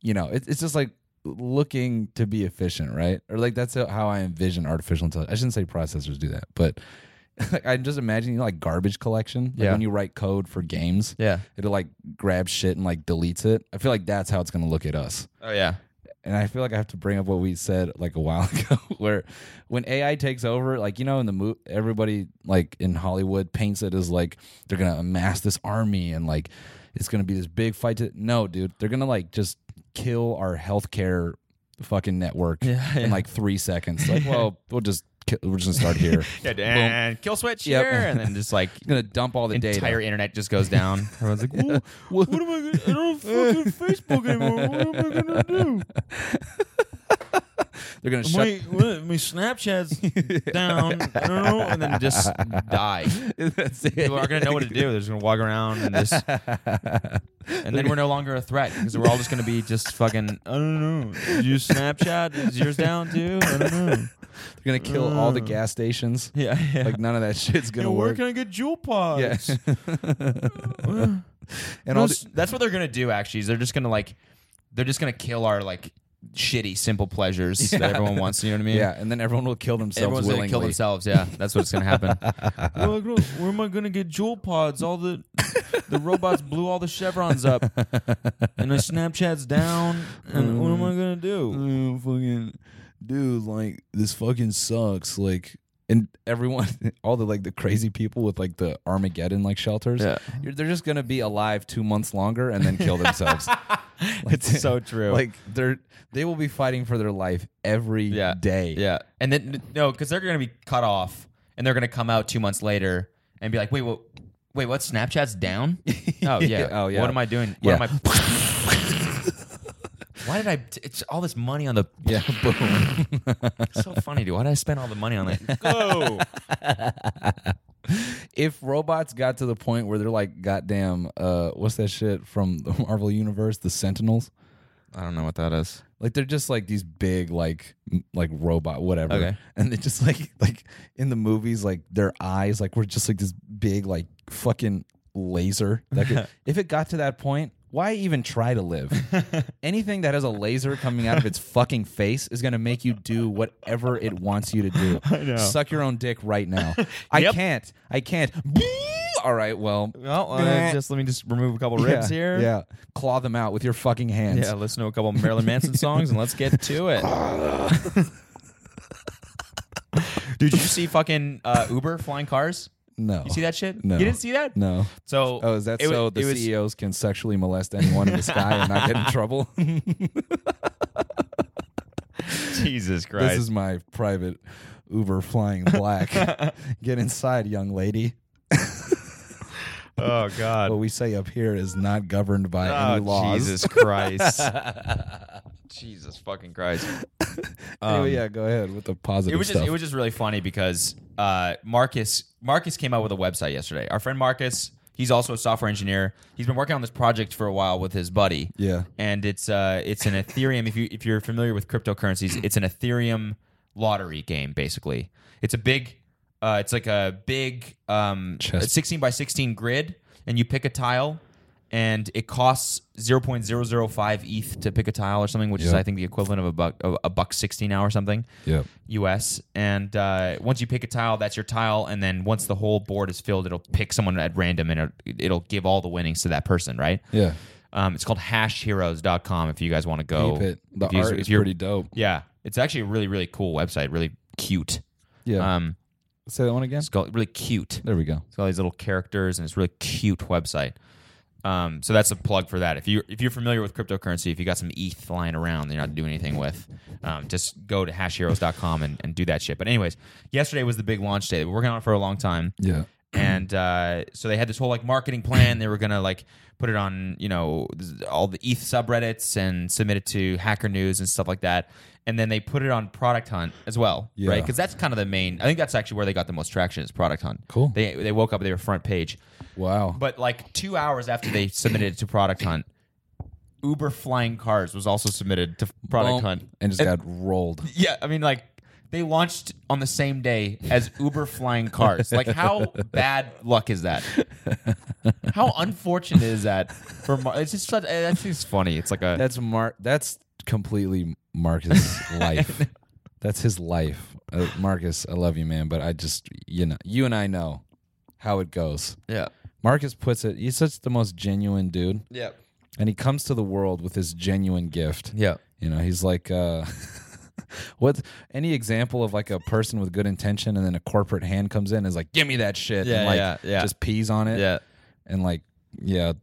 B: You know, it, it's just like looking to be efficient, right? Or like that's how I envision artificial intelligence. I shouldn't say processors do that, but (laughs) like I'm just imagining like garbage collection. Like
A: Yeah.
B: when you write code for games,
A: (laughs) Yeah.
B: it'll like grab shit and like deletes it. I feel like that's how it's gonna look at us
A: Oh yeah.
B: and I feel like I have to bring up what we said like a while (laughs) ago, where when AI takes over, like you know, in the mo- everybody like in Hollywood paints it as like they're gonna amass this army and like it's gonna be this big fight. To no, dude, they're gonna like just kill our healthcare fucking network in like three
A: (laughs)
B: seconds. Like, well, we'll just ki- we're just gonna start here.
A: And kill switch
B: Yep.
A: here, and then just (laughs) like
B: gonna dump all the data. (laughs)
A: entire internet just goes down. (laughs) Everyone's like, "Whoa,
B: What-
A: what am I gonna, I (laughs) don't fucking Facebook anymore. What am I gonna (laughs) do?
B: they're gonna shut.
A: My, what, my Snapchat's (laughs) down. I don't know. (laughs) And then just die.
B: (laughs) That's
A: (laughs)
B: it.
A: People aren't gonna know what to do. They're just gonna walk around and just And then we're no longer a threat because we're all just going to be just (laughs) fucking, I don't know. Did you Snapchat? Is yours down too? I don't (laughs) know.
B: They're gonna kill all the gas stations.
A: Yeah. yeah.
B: Like none of that (laughs) shit's gonna
A: Yo,
B: work.
A: Where can I get jewel pods?
B: Yeah. (laughs) and
A: No,
B: all
A: s- that's what they're gonna do. Actually, is they're just gonna like, they're just gonna kill our like shitty simple (laughs) pleasures that everyone wants. You know what I
B: the-
A: mean?
B: yeah, and then everyone will kill themselves
A: Everyone's
B: willingly.
A: gonna kill themselves. Yeah, that's what's gonna (laughs) happen. where am I gonna get jewel pods? All the the robots blew all the chevrons (laughs) up, and the Snapchat's down. And what am I gonna do?
B: Oh,
E: Mm, fucking dude, like this fucking sucks. Like
B: And everyone, (laughs) all the like the crazy people with like the Armageddon like shelters,
A: Yeah.
B: you're, they're just gonna be alive two months longer and then kill (laughs) themselves.
A: it's
B: (laughs)
A: so true.
B: like they're they will be fighting for their life every
A: yeah,
B: day.
A: Yeah, and then no, because they're gonna be cut off, and they're gonna come out two months later and be like, wait, what? Wait, what? Snapchat's (laughs) down? Oh yeah.
B: Oh, yeah.
A: What am I doing?
B: Yeah.
A: What (laughs) am I? Why did I? It's all this money on the.
B: (laughs) yeah, boom.
A: It's so funny, dude. Why did I spend all the money on that? Go.
B: if robots got to the point where they're like, goddamn, uh, what's that shit from the (laughs) Marvel universe, the Sentinels?
A: (laughs) I don't know what that is.
B: Like they're just like these big like m- like robot whatever,
A: Okay.
B: and they just (laughs) like like in the movies like their eyes like were just like this big like fucking laser. That
A: (laughs)
B: could, if it got to that point, why even try to live? Anything that has a laser coming out of its fucking face is gonna make you do whatever it wants you to
A: (laughs)
B: do. Suck your own dick right now. I
A: Yep.
B: can't. I can't. (laughs) All right, well,
A: Well, uh, just let me just remove a couple ribs
B: yeah,
A: here.
B: Yeah, claw them out with your fucking hands.
A: Yeah, Uh, listen to a couple Marilyn Manson songs and let's get to it.
B: (laughs)
A: Dude, you see fucking uh, Uber flying cars?
B: No,
A: You see that shit?
B: No.
A: You didn't see that?
B: No.
A: So
B: Oh, is that
A: it wa-
B: so the
A: it was-
B: CEOs can sexually molest anyone in the sky and not
A: (laughs)
B: get in trouble? (laughs)
A: Jesus Christ.
B: (laughs) this is my private Uber
A: (laughs)
B: flying black. get inside, young lady.
A: oh God.
B: What we say up here is not governed by
A: Oh,
B: any laws.
A: Jesus
B: (laughs)
A: Christ. Jesus fucking Christ.
B: Anyway, yeah, go ahead with the positive
A: Um, It was just
B: stuff.
A: it was just really funny because uh, Marcus Marcus came out with a website yesterday. Our friend Marcus, he's also a software engineer. He's been working on this project for a while with his buddy.
B: Yeah.
A: And it's uh it's an Ethereum if you if you're familiar with cryptocurrencies, it's an Ethereum lottery game basically. It's a big uh, it's like a big um,
B: Chess.
A: 16 by 16 grid and you pick a tile and it costs 0.005 ETH E to pick a tile or something, which is
B: Yeah.
A: I think the equivalent of a buck of a buck 16 now or something.
B: Yep.
A: US. And uh, once you pick a tile, that's your tile. And then once the whole board is filled, it'll pick someone at random and it'll, it'll give all the winnings to that person, right?
B: yeah.
A: Um, it's called hashheroes.com if you guys want to go.
B: Keep it.
A: Oh,
B: The
A: If you-
B: art
A: if
B: is
A: you're- um,
B: pretty dope.
A: Yeah. It's actually a really, really cool website, really cute.
B: Yeah.
A: Um,
B: say that one again.
A: it's called really cute.
B: There we go.
A: It's got all these little characters and it's a really cute website. Um, so that's a plug for that. If you if you're familiar with cryptocurrency, if you got some E ETH lying around that you're not doing anything with, um, just go to hashheroes.com and, and do that shit. But anyways, yesterday was the big launch day. We've been working on it for a long time
B: Yeah.
A: and uh, so they had this whole like marketing plan. They were gonna like put it on you know all the ETH subreddits and submit it to Hacker News and stuff like that. And then they put it on Product Hunt as well,
B: Yeah.
A: right? Because that's kind of the main. I think that's actually where they got the most traction is Product Hunt.
B: Cool.
A: They they woke up they were front page,
B: Wow.
A: but like two hours after they submitted it to Product Hunt, Uber flying cars was also submitted to Product
B: Boom.
A: Hunt
B: and just got rolled.
A: yeah, I mean, like they launched on the same day as Uber flying cars. Like, how bad luck is that? How unfortunate is that? For Mar- it's just such, eh, that's just funny. It's like a
B: That's Mark. That's completely Marcus' life. That's his life. Uh, Marcus, I love you, man, but I just you know you and I know how it goes.
A: yeah,
B: Marcus puts it. He's such the most genuine dude,
A: yeah,
B: and he comes to the world with his genuine gift.
A: yeah.
B: You know, he's like, uh, (laughs) what? Any example of like a person with good intention, and then a corporate hand comes in and is like, "Give me that shit,"
A: Yeah,
B: and like
A: yeah, yeah.
B: just pees on it,
A: Yeah.
B: and like yeah t-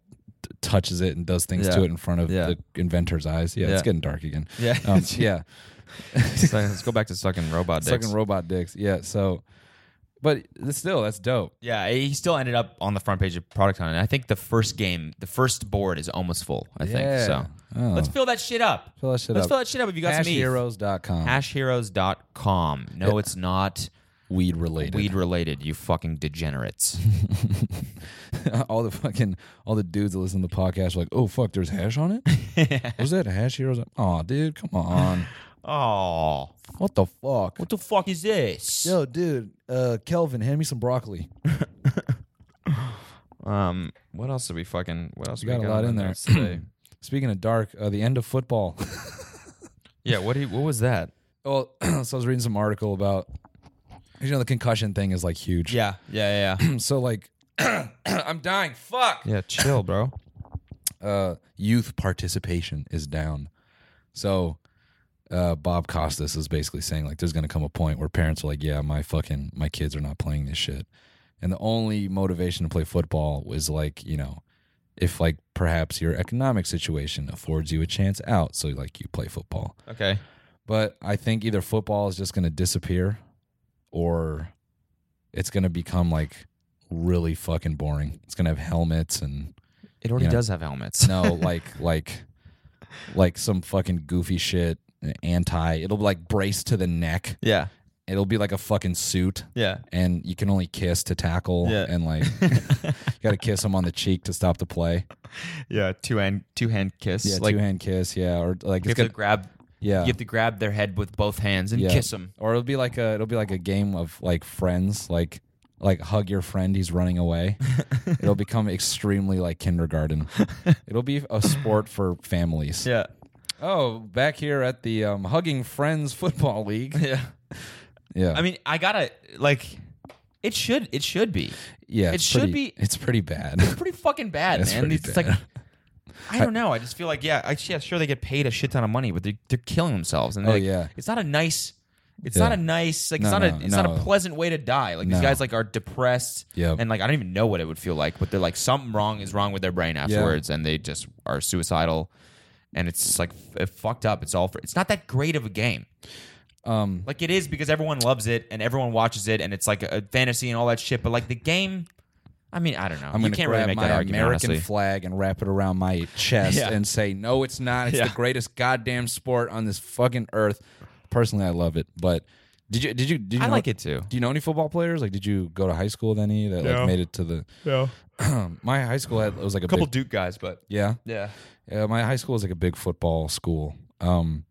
B: touches it and does things
A: Yeah.
B: to it in front of
A: Yeah.
B: the inventor's eyes yeah, it's
A: Yeah.
B: getting dark again
A: Yeah. (laughs)
B: um, yeah
A: So let's go back to sucking robot dicks.
B: sucking robot dicks yeah so but it's still that's dope
A: yeah, he still ended up on the front page of Product Hunt. And I think the first game, the first board is almost full. I think
B: Yeah.
A: so.
B: Oh.
A: Let's fill that shit up.
B: Fill that shit
A: Let's
B: up.
A: fill that shit up if you got some ETH.
B: hashheroes.com
A: hashheroes.com. No, it's not
B: weed related.
A: Weed related, you fucking degenerates.
B: (laughs) all the fucking all the dudes that listen to the podcast are like, oh fuck, there's hash on (laughs) it. was that hash here? I was like, oh dude, come on,
A: oh.
B: what the fuck?
A: What the fuck is this?
B: Yo, dude, uh, Kelvin, hand me some broccoli. (laughs)
A: Um, what else did we fucking? What else
B: You
A: we
B: got a lot
A: on
B: in
A: the
B: there.
A: notes today?
B: (clears throat) Speaking of dark, uh, the end of football. (laughs)
A: yeah. What? Do you, what was that?
B: well, (clears throat) so I was reading some article about, you know, the concussion thing is like huge.
A: Yeah. Yeah. Yeah.
B: So like, (clears throat) I'm dying. Fuck.
A: (clears throat) yeah. Chill, bro.
B: uh, youth participation is down. So uh, Bob Costas is basically saying like there's going to come a point where parents are like, yeah, my fucking my kids are not playing this shit, and the only motivation to play football was like you know if like perhaps your economic situation affords you a chance out, so like you play football.
A: Okay.
B: But I think either football is just going to disappear, or it's going to become like really fucking boring. It's going to have helmets and
A: It already
B: You know.
A: does have helmets.
B: (laughs) no, like like like some fucking goofy shit. uh, Anti. It'll be like braced to the neck.
A: Yeah.
B: It'll be like a fucking suit,
A: Yeah.
B: and you can only kiss to tackle,
A: Yeah.
B: and
A: (laughs)
B: like you got to kiss him on the cheek to stop the play.
A: Yeah. Two hand. Two hand kiss.
B: Yeah,
A: like
B: two hand kiss. Yeah, or like
A: you have
B: it's gonna,
A: to grab.
B: yeah,
A: You have to grab their head with both hands and
B: yeah.
A: kiss them.
B: Or it'll be like a it'll be like a game of like friends, like like hug your friend, he's
A: (laughs)
B: running away. it'll become extremely like kindergarten. it'll be a sport for families.
A: Yeah.
B: Oh, back here at the um, Hugging Friends
A: (laughs)
B: Football League.
A: Yeah.
B: Yeah,
A: I mean, I gotta like. It should. It should be.
B: yeah,
A: it
B: it's
A: should
B: pretty-
A: be-
B: It's pretty bad.
A: Pretty fucking bad,
B: That's
A: man.
B: pretty
A: it's like.
B: bad.
A: I don't know. I just feel like yeah. I, yeah. Sure, they get paid a shit ton of money, but they're, they're killing themselves. And
B: Oh,
A: like,
B: yeah.
A: It's not a nice. It's
B: Yeah.
A: not a nice. Like it's
B: No,
A: not
B: no,
A: a. It's not
B: no.
A: a pleasant way to die. Like
B: No.
A: these guys like are depressed.
B: Yep.
A: And like I don't even know what it would feel like, but they're like something wrong is wrong with their brain afterwards, and they just are suicidal. And it's just, like f- fucked up. It's all for. It's not that great of a game.
B: Um,
A: Like it is because everyone loves it and everyone watches it, and it's like a fantasy and all that shit. But like the game, I mean, I don't know.
B: (laughs) I'm
A: you
B: going to
A: can't really
B: grab
A: make
B: my
A: that argument.
B: American
A: honestly.
B: flag and wrap it around my chest
A: Yeah.
B: and say, "No, it's not. It's
A: Yeah.
B: the greatest goddamn sport on this fucking earth." Personally, I love it. But did you did you did you
A: I
B: know,
A: like it too.
B: Do you know any football players? Like, did you go to high school with any that like made it to the?
A: Yeah.
B: (clears throat) my high school had it was like a
A: couple
B: Big,
A: Duke guys, but
B: yeah,
A: yeah.
B: Yeah, Uh, my high school was like a big football school. Um,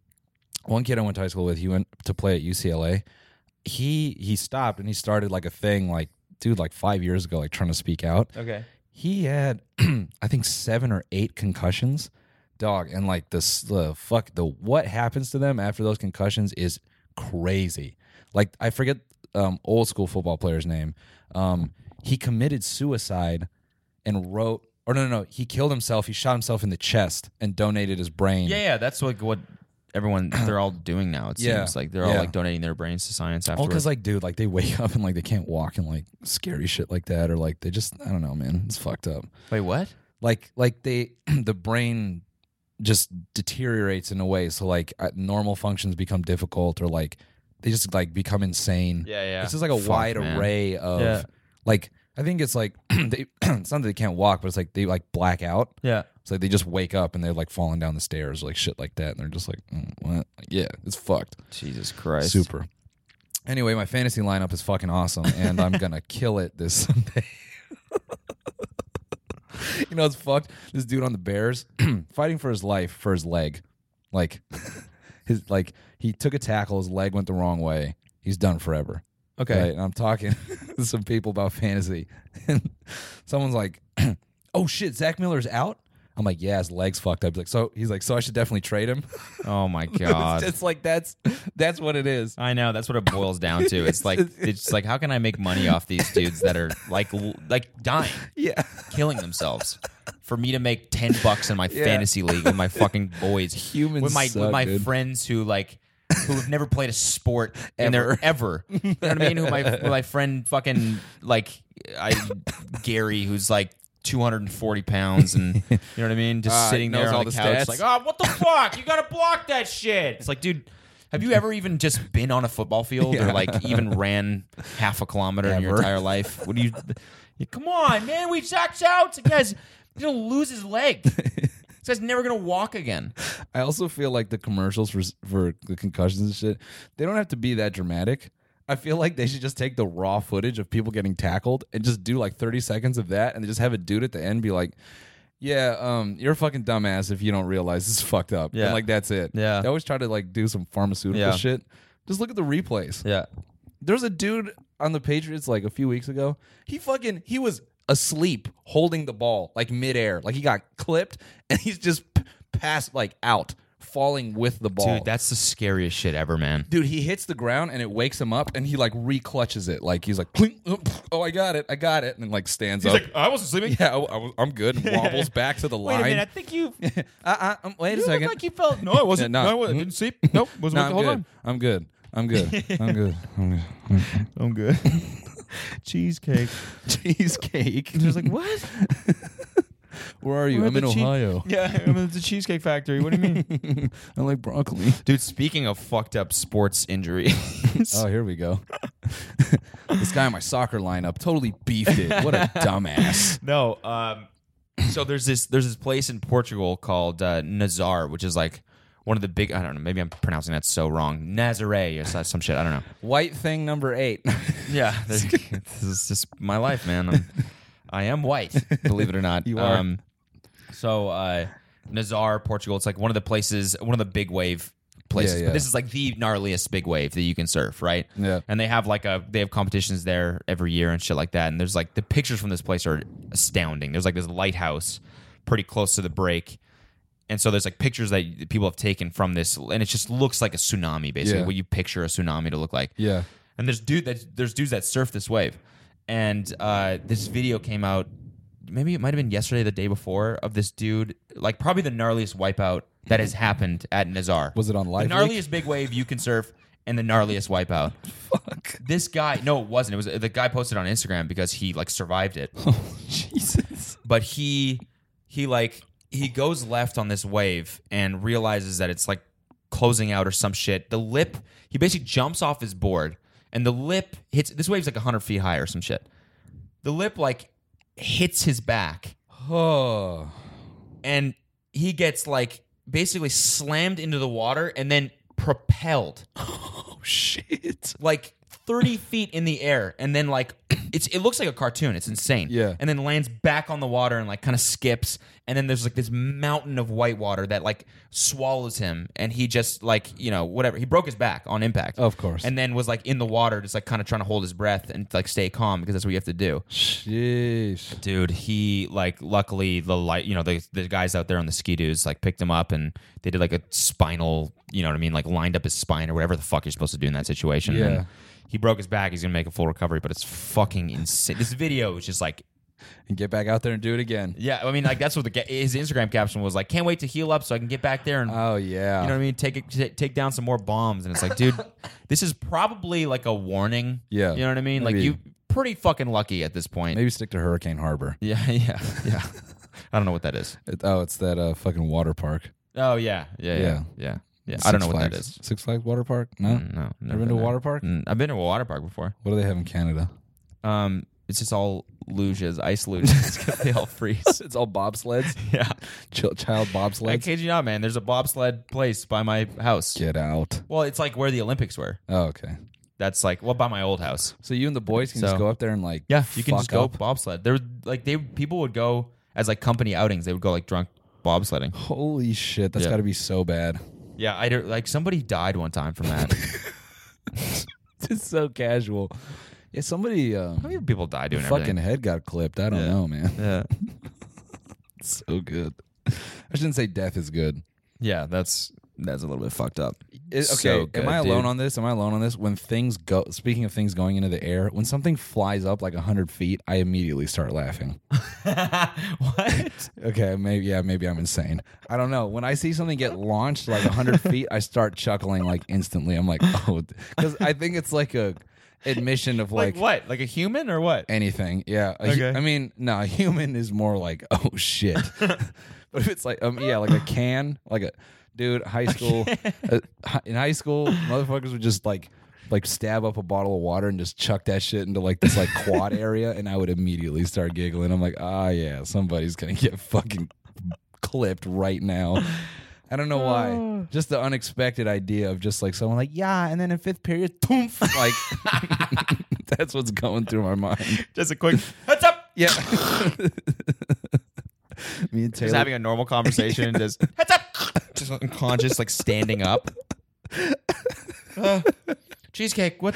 B: one kid I went to high school with, he went to play at UCLA. He he stopped and he started like a thing, like dude, like five years ago, like trying to speak out.
A: Okay.
B: He had, (clears throat) I think, seven or eight concussions, dog, and like this the fuck the what happens to them after those concussions is crazy. Like I forget um, old school football player's name. Um, he committed suicide and wrote or no no no he killed himself he shot himself in the chest and donated his brain
A: Yeah, yeah, that's like what
B: (clears throat)
A: everyone they're all doing now. It seems
B: Yeah.
A: like they're all
B: Yeah.
A: like donating their brains to science
B: all because
A: afterwards.
B: like dude like they wake (laughs) up and like they can't walk and like scary shit like that or like they just i don't know man it's fucked up
A: Wait, what?
B: like like they (clears throat) the brain just deteriorates in a way so like uh, normal functions become difficult or like they just like become insane
A: Yeah, yeah.
B: It's just like a
A: Fuck,
B: wide
A: man.
B: array of
A: Yeah.
B: like I think it's like (clears throat) they it's not that they can't walk, but it's like they like black out.
A: Yeah.
B: It's like they just wake up and they're like falling down the stairs, like shit like that, and they're just like, mm, what? Like, yeah, it's fucked.
A: Jesus Christ.
B: Super. Anyway, my fantasy lineup is fucking awesome, and I'm
A: (laughs)
B: gonna kill it this Sunday. (laughs) you know, it's fucked. This dude on the Bears (clears throat) fighting for his life for his leg, like his like he took a tackle, his leg went the wrong way. He's done forever.
A: Okay.
B: Right? And I'm talking (laughs) to some people about fantasy, and someone's like, (clears throat) "Oh shit, Zach Miller's out." I'm like, "Yeah, his leg's fucked up." He's like, so he's like, "So I should definitely trade him." (laughs)
A: Oh my
B: it's
A: god.
B: just like that's that's what it is.
A: I know that's what it boils down to. It's
B: (laughs)
A: like it's like how can I make money off these dudes that are like l- like dying,
B: Yeah.
A: killing themselves, for me to make ten bucks in my fantasy league with my fucking boys,
B: Humans
A: with my
B: suck,
A: with my
B: dude.
A: friends who like who have never played a
B: (laughs)
A: sport and they're ever, you know what I mean? Who my who my friend fucking like I Gary who's like. 240 pounds and you know what I mean? Just
B: Ah,
A: sitting
B: knows
A: there on
B: all
A: the,
B: the
A: couch
B: stats.
A: like, oh, what the fuck? You gotta block that shit. It's like, dude, have you ever even just been on a football field or like even ran half a kilometer in your
B: Ever.
A: entire life? What do you, you- Come on, man. We jacked out. This guy's gonna lose his leg. This guy's never gonna walk again.
B: I also feel like the commercials for for the concussions and shit, they don't have to be that dramatic. I feel like they should just take the raw footage of people getting tackled and just do like 30 seconds of that and just have a dude at the end be like, yeah, um, you're a fucking dumbass if you don't realize this is fucked up. And,
A: Yeah.
B: like that's it.
A: Yeah.
B: They always try to like do some pharmaceutical
A: Yeah.
B: shit. Just look at the replays.
A: Yeah.
B: There's a dude on the Patriots like a few weeks ago. He fucking he was asleep holding the ball like midair. Like he got clipped and (laughs) he's just p- passed like out, falling with the ball.
A: Dude, that's the scariest shit ever, man.
B: Dude, he hits the ground and it wakes him up, and he like reclutches it. Like he's like, "Plink, oh, pff, "Oh, I got it, I got it," and then like stands up.
A: I wasn't sleeping.
B: yeah, I, am good.
A: (laughs)
B: and Wobbles back to the
A: Wait
B: line.
A: a minute. I think you.
B: Uh, uh, um, wait a second.
A: you felt. No, I wasn't.
B: Yeah, no.
A: No, I didn't sleep. Nope. Was
B: no, I'm, good. I'm good. I'm good.
A: (laughs)
B: I'm good. I'm good.
A: I'm good. (laughs) Cheesecake. (laughs) Cheesecake. There's like what?
B: Where are you?
A: We're
B: I'm
A: the
B: in
A: chee-
B: Ohio.
A: Yeah, I mean, it's a cheesecake factory. What do you mean?
B: I like broccoli.
A: Dude, speaking of fucked up sports injury, (laughs)
B: Oh, here we go. (laughs) this guy in my soccer lineup totally beefed it.
A: (laughs)
B: What a dumbass.
A: no. Um, so there's this there's this place in Portugal called uh, Nazar, which is like one of the big. I don't know. Maybe I'm pronouncing that so wrong. Nazaré or so- some shit. I don't know.
B: White thing number eight.
A: (laughs) Yeah, this is just my life, man. I'm,
B: (laughs)
A: I am white, believe it or not. Um,
B: You are.
A: so uh, Nazar, Portugal. It's like one of the places, one of the big wave places.
B: Yeah, yeah.
A: But this is like the gnarliest big wave that you can surf, right?
B: Yeah.
A: And they have like a they have competitions there every year and shit like that. And there's like the pictures from this place are astounding. There's like this lighthouse pretty close to the break. And so there's like pictures that people have taken from this, and it just looks like a tsunami, basically
B: Yeah.
A: what you picture a tsunami to look like.
B: (laughs) yeah.
A: And there's dude that there's dudes that surf this wave, and uh, this video came out. Maybe it might have been yesterday, or the day before, of this dude, like probably the gnarliest wipeout that has happened at Nazar.
B: Was it on Live
A: The
B: Leak?
A: gnarliest big wave you can surf, and the gnarliest wipeout. Fuck. This guy, no, it wasn't. It was the guy posted on Instagram because he like survived it
B: (laughs) Jesus.
A: but he he like he goes left on this wave and realizes that it's like closing out or some shit. The lip he basically jumps off his board and the lip hits this wave's like hundred feet high or some shit. The lip like hits his back
B: Oh.
A: and he gets like basically slammed into the water and then
B: (laughs)
A: propelled
B: Oh, shit.
A: like 30 feet in the air and then like (clears throat) it's it looks like a cartoon it's insane
B: Yeah.
A: and then lands back on the water and like kind of skips and then there's like this mountain of white water that like swallows him and he just like you know whatever he broke his back on impact
B: Of course.
A: and then was like in the water just like kind of trying to hold his breath and like stay calm because that's what you have to do
B: Sheesh.
A: dude he like luckily the light you know the, the guys out there on the ski doos like picked him up and they did like a spinal you know what i mean like lined up his spine or whatever the fuck you're supposed to do in that situation
B: Yeah.
A: And he broke his back he's gonna make a full recovery but it's fucking insane this video is just like
B: And get back out there and do it again.
A: yeah i mean like that's what the ca- his instagram caption was like can't wait to heal up so i can get back there and
B: Oh yeah.
A: you know what i mean take it t- take down some more bombs and it's like
B: (laughs)
A: dude this is probably like a warning
B: Yeah.
A: you know what i mean like
B: Maybe.
A: you pretty fucking lucky at this point
B: Maybe stick to Hurricane Harbor.
A: yeah (laughs) yeah
B: (laughs)
A: yeah i don't know what that is
B: It- oh, it's that uh, fucking water park.
A: Oh yeah, yeah, yeah,
B: Yeah.
A: yeah. I don't know
B: Six
A: what that
B: Flags.
A: is.
B: Six Flags water park? No.
A: Mm, No,
B: Ever been to a water park?
A: Mm, I've been to a water park before.
B: What do they have in Canada?
A: Um, it's just all luges, ice luges, (laughs) 'cause they all freeze.
B: It's all (laughs) bobsleds.
A: Yeah,
B: Ch- child
A: I
B: bobsleds.
A: kid you not, man. There's a bobsled place by my house.
B: Get out.
A: Well, it's like where the Olympics were.
B: Oh, okay.
A: That's like well by my old house.
B: So you and the boys can just
A: So-
B: go up there and like
A: Yeah, you can
B: fuck
A: just go
B: up?
A: bobsled. There, would- like they people would go as like company outings. They would go like drunk bobsledding.
B: Holy shit, That's
A: Yeah.
B: got to be so bad.
A: Yeah, I don't- like somebody died one time from that.
B: (laughs) It's so casual. Yeah, somebody uh,
A: How many people die doing
B: fucking
A: everything?
B: head got clipped. I don't
A: Yeah.
B: know, man.
A: Yeah,
B: so good. (laughs) I shouldn't say death is good.
A: yeah, that's that's a little bit fucked up.
B: It-
A: So
B: okay,
A: good,
B: am I alone
A: dude.
B: on this? Am I alone on this? When things go, speaking of things going into the air, when something flies up like hundred feet, I immediately start laughing.
A: what?
B: Okay, maybe yeah, maybe I'm insane. I don't know. When I see something get launched like hundred feet, I start chuckling like instantly. I'm like, (laughs) oh, because I think it's like a admission of like,
A: what? Like a human or what?
B: anything. Yeah, A hu-
A: Okay.
B: I mean, no, a human is more like, (laughs) oh
A: (laughs)
B: shit. but if it's like, um, yeah, like a can, like a dude, high school, uh, hi- in high school, motherfuckers would just like. Like stab up a bottle of water and just chuck that shit into like this like
A: (laughs)
B: quad area, and I would immediately start giggling. I'm like, ah, yeah, somebody's gonna get fucking clipped right now. I don't know
A: Oh.
B: why. Just the unexpected idea of just like someone like, yeah, and then in fifth period, toomph, like (laughs) that's what's going through my mind.
A: Just a quick heads up.
B: Yeah. (laughs) Me and
A: Just
B: Taylor.
A: having a normal conversation and (laughs) just heads up. Just unconscious, like standing up. (laughs) Uh, cheesecake. What?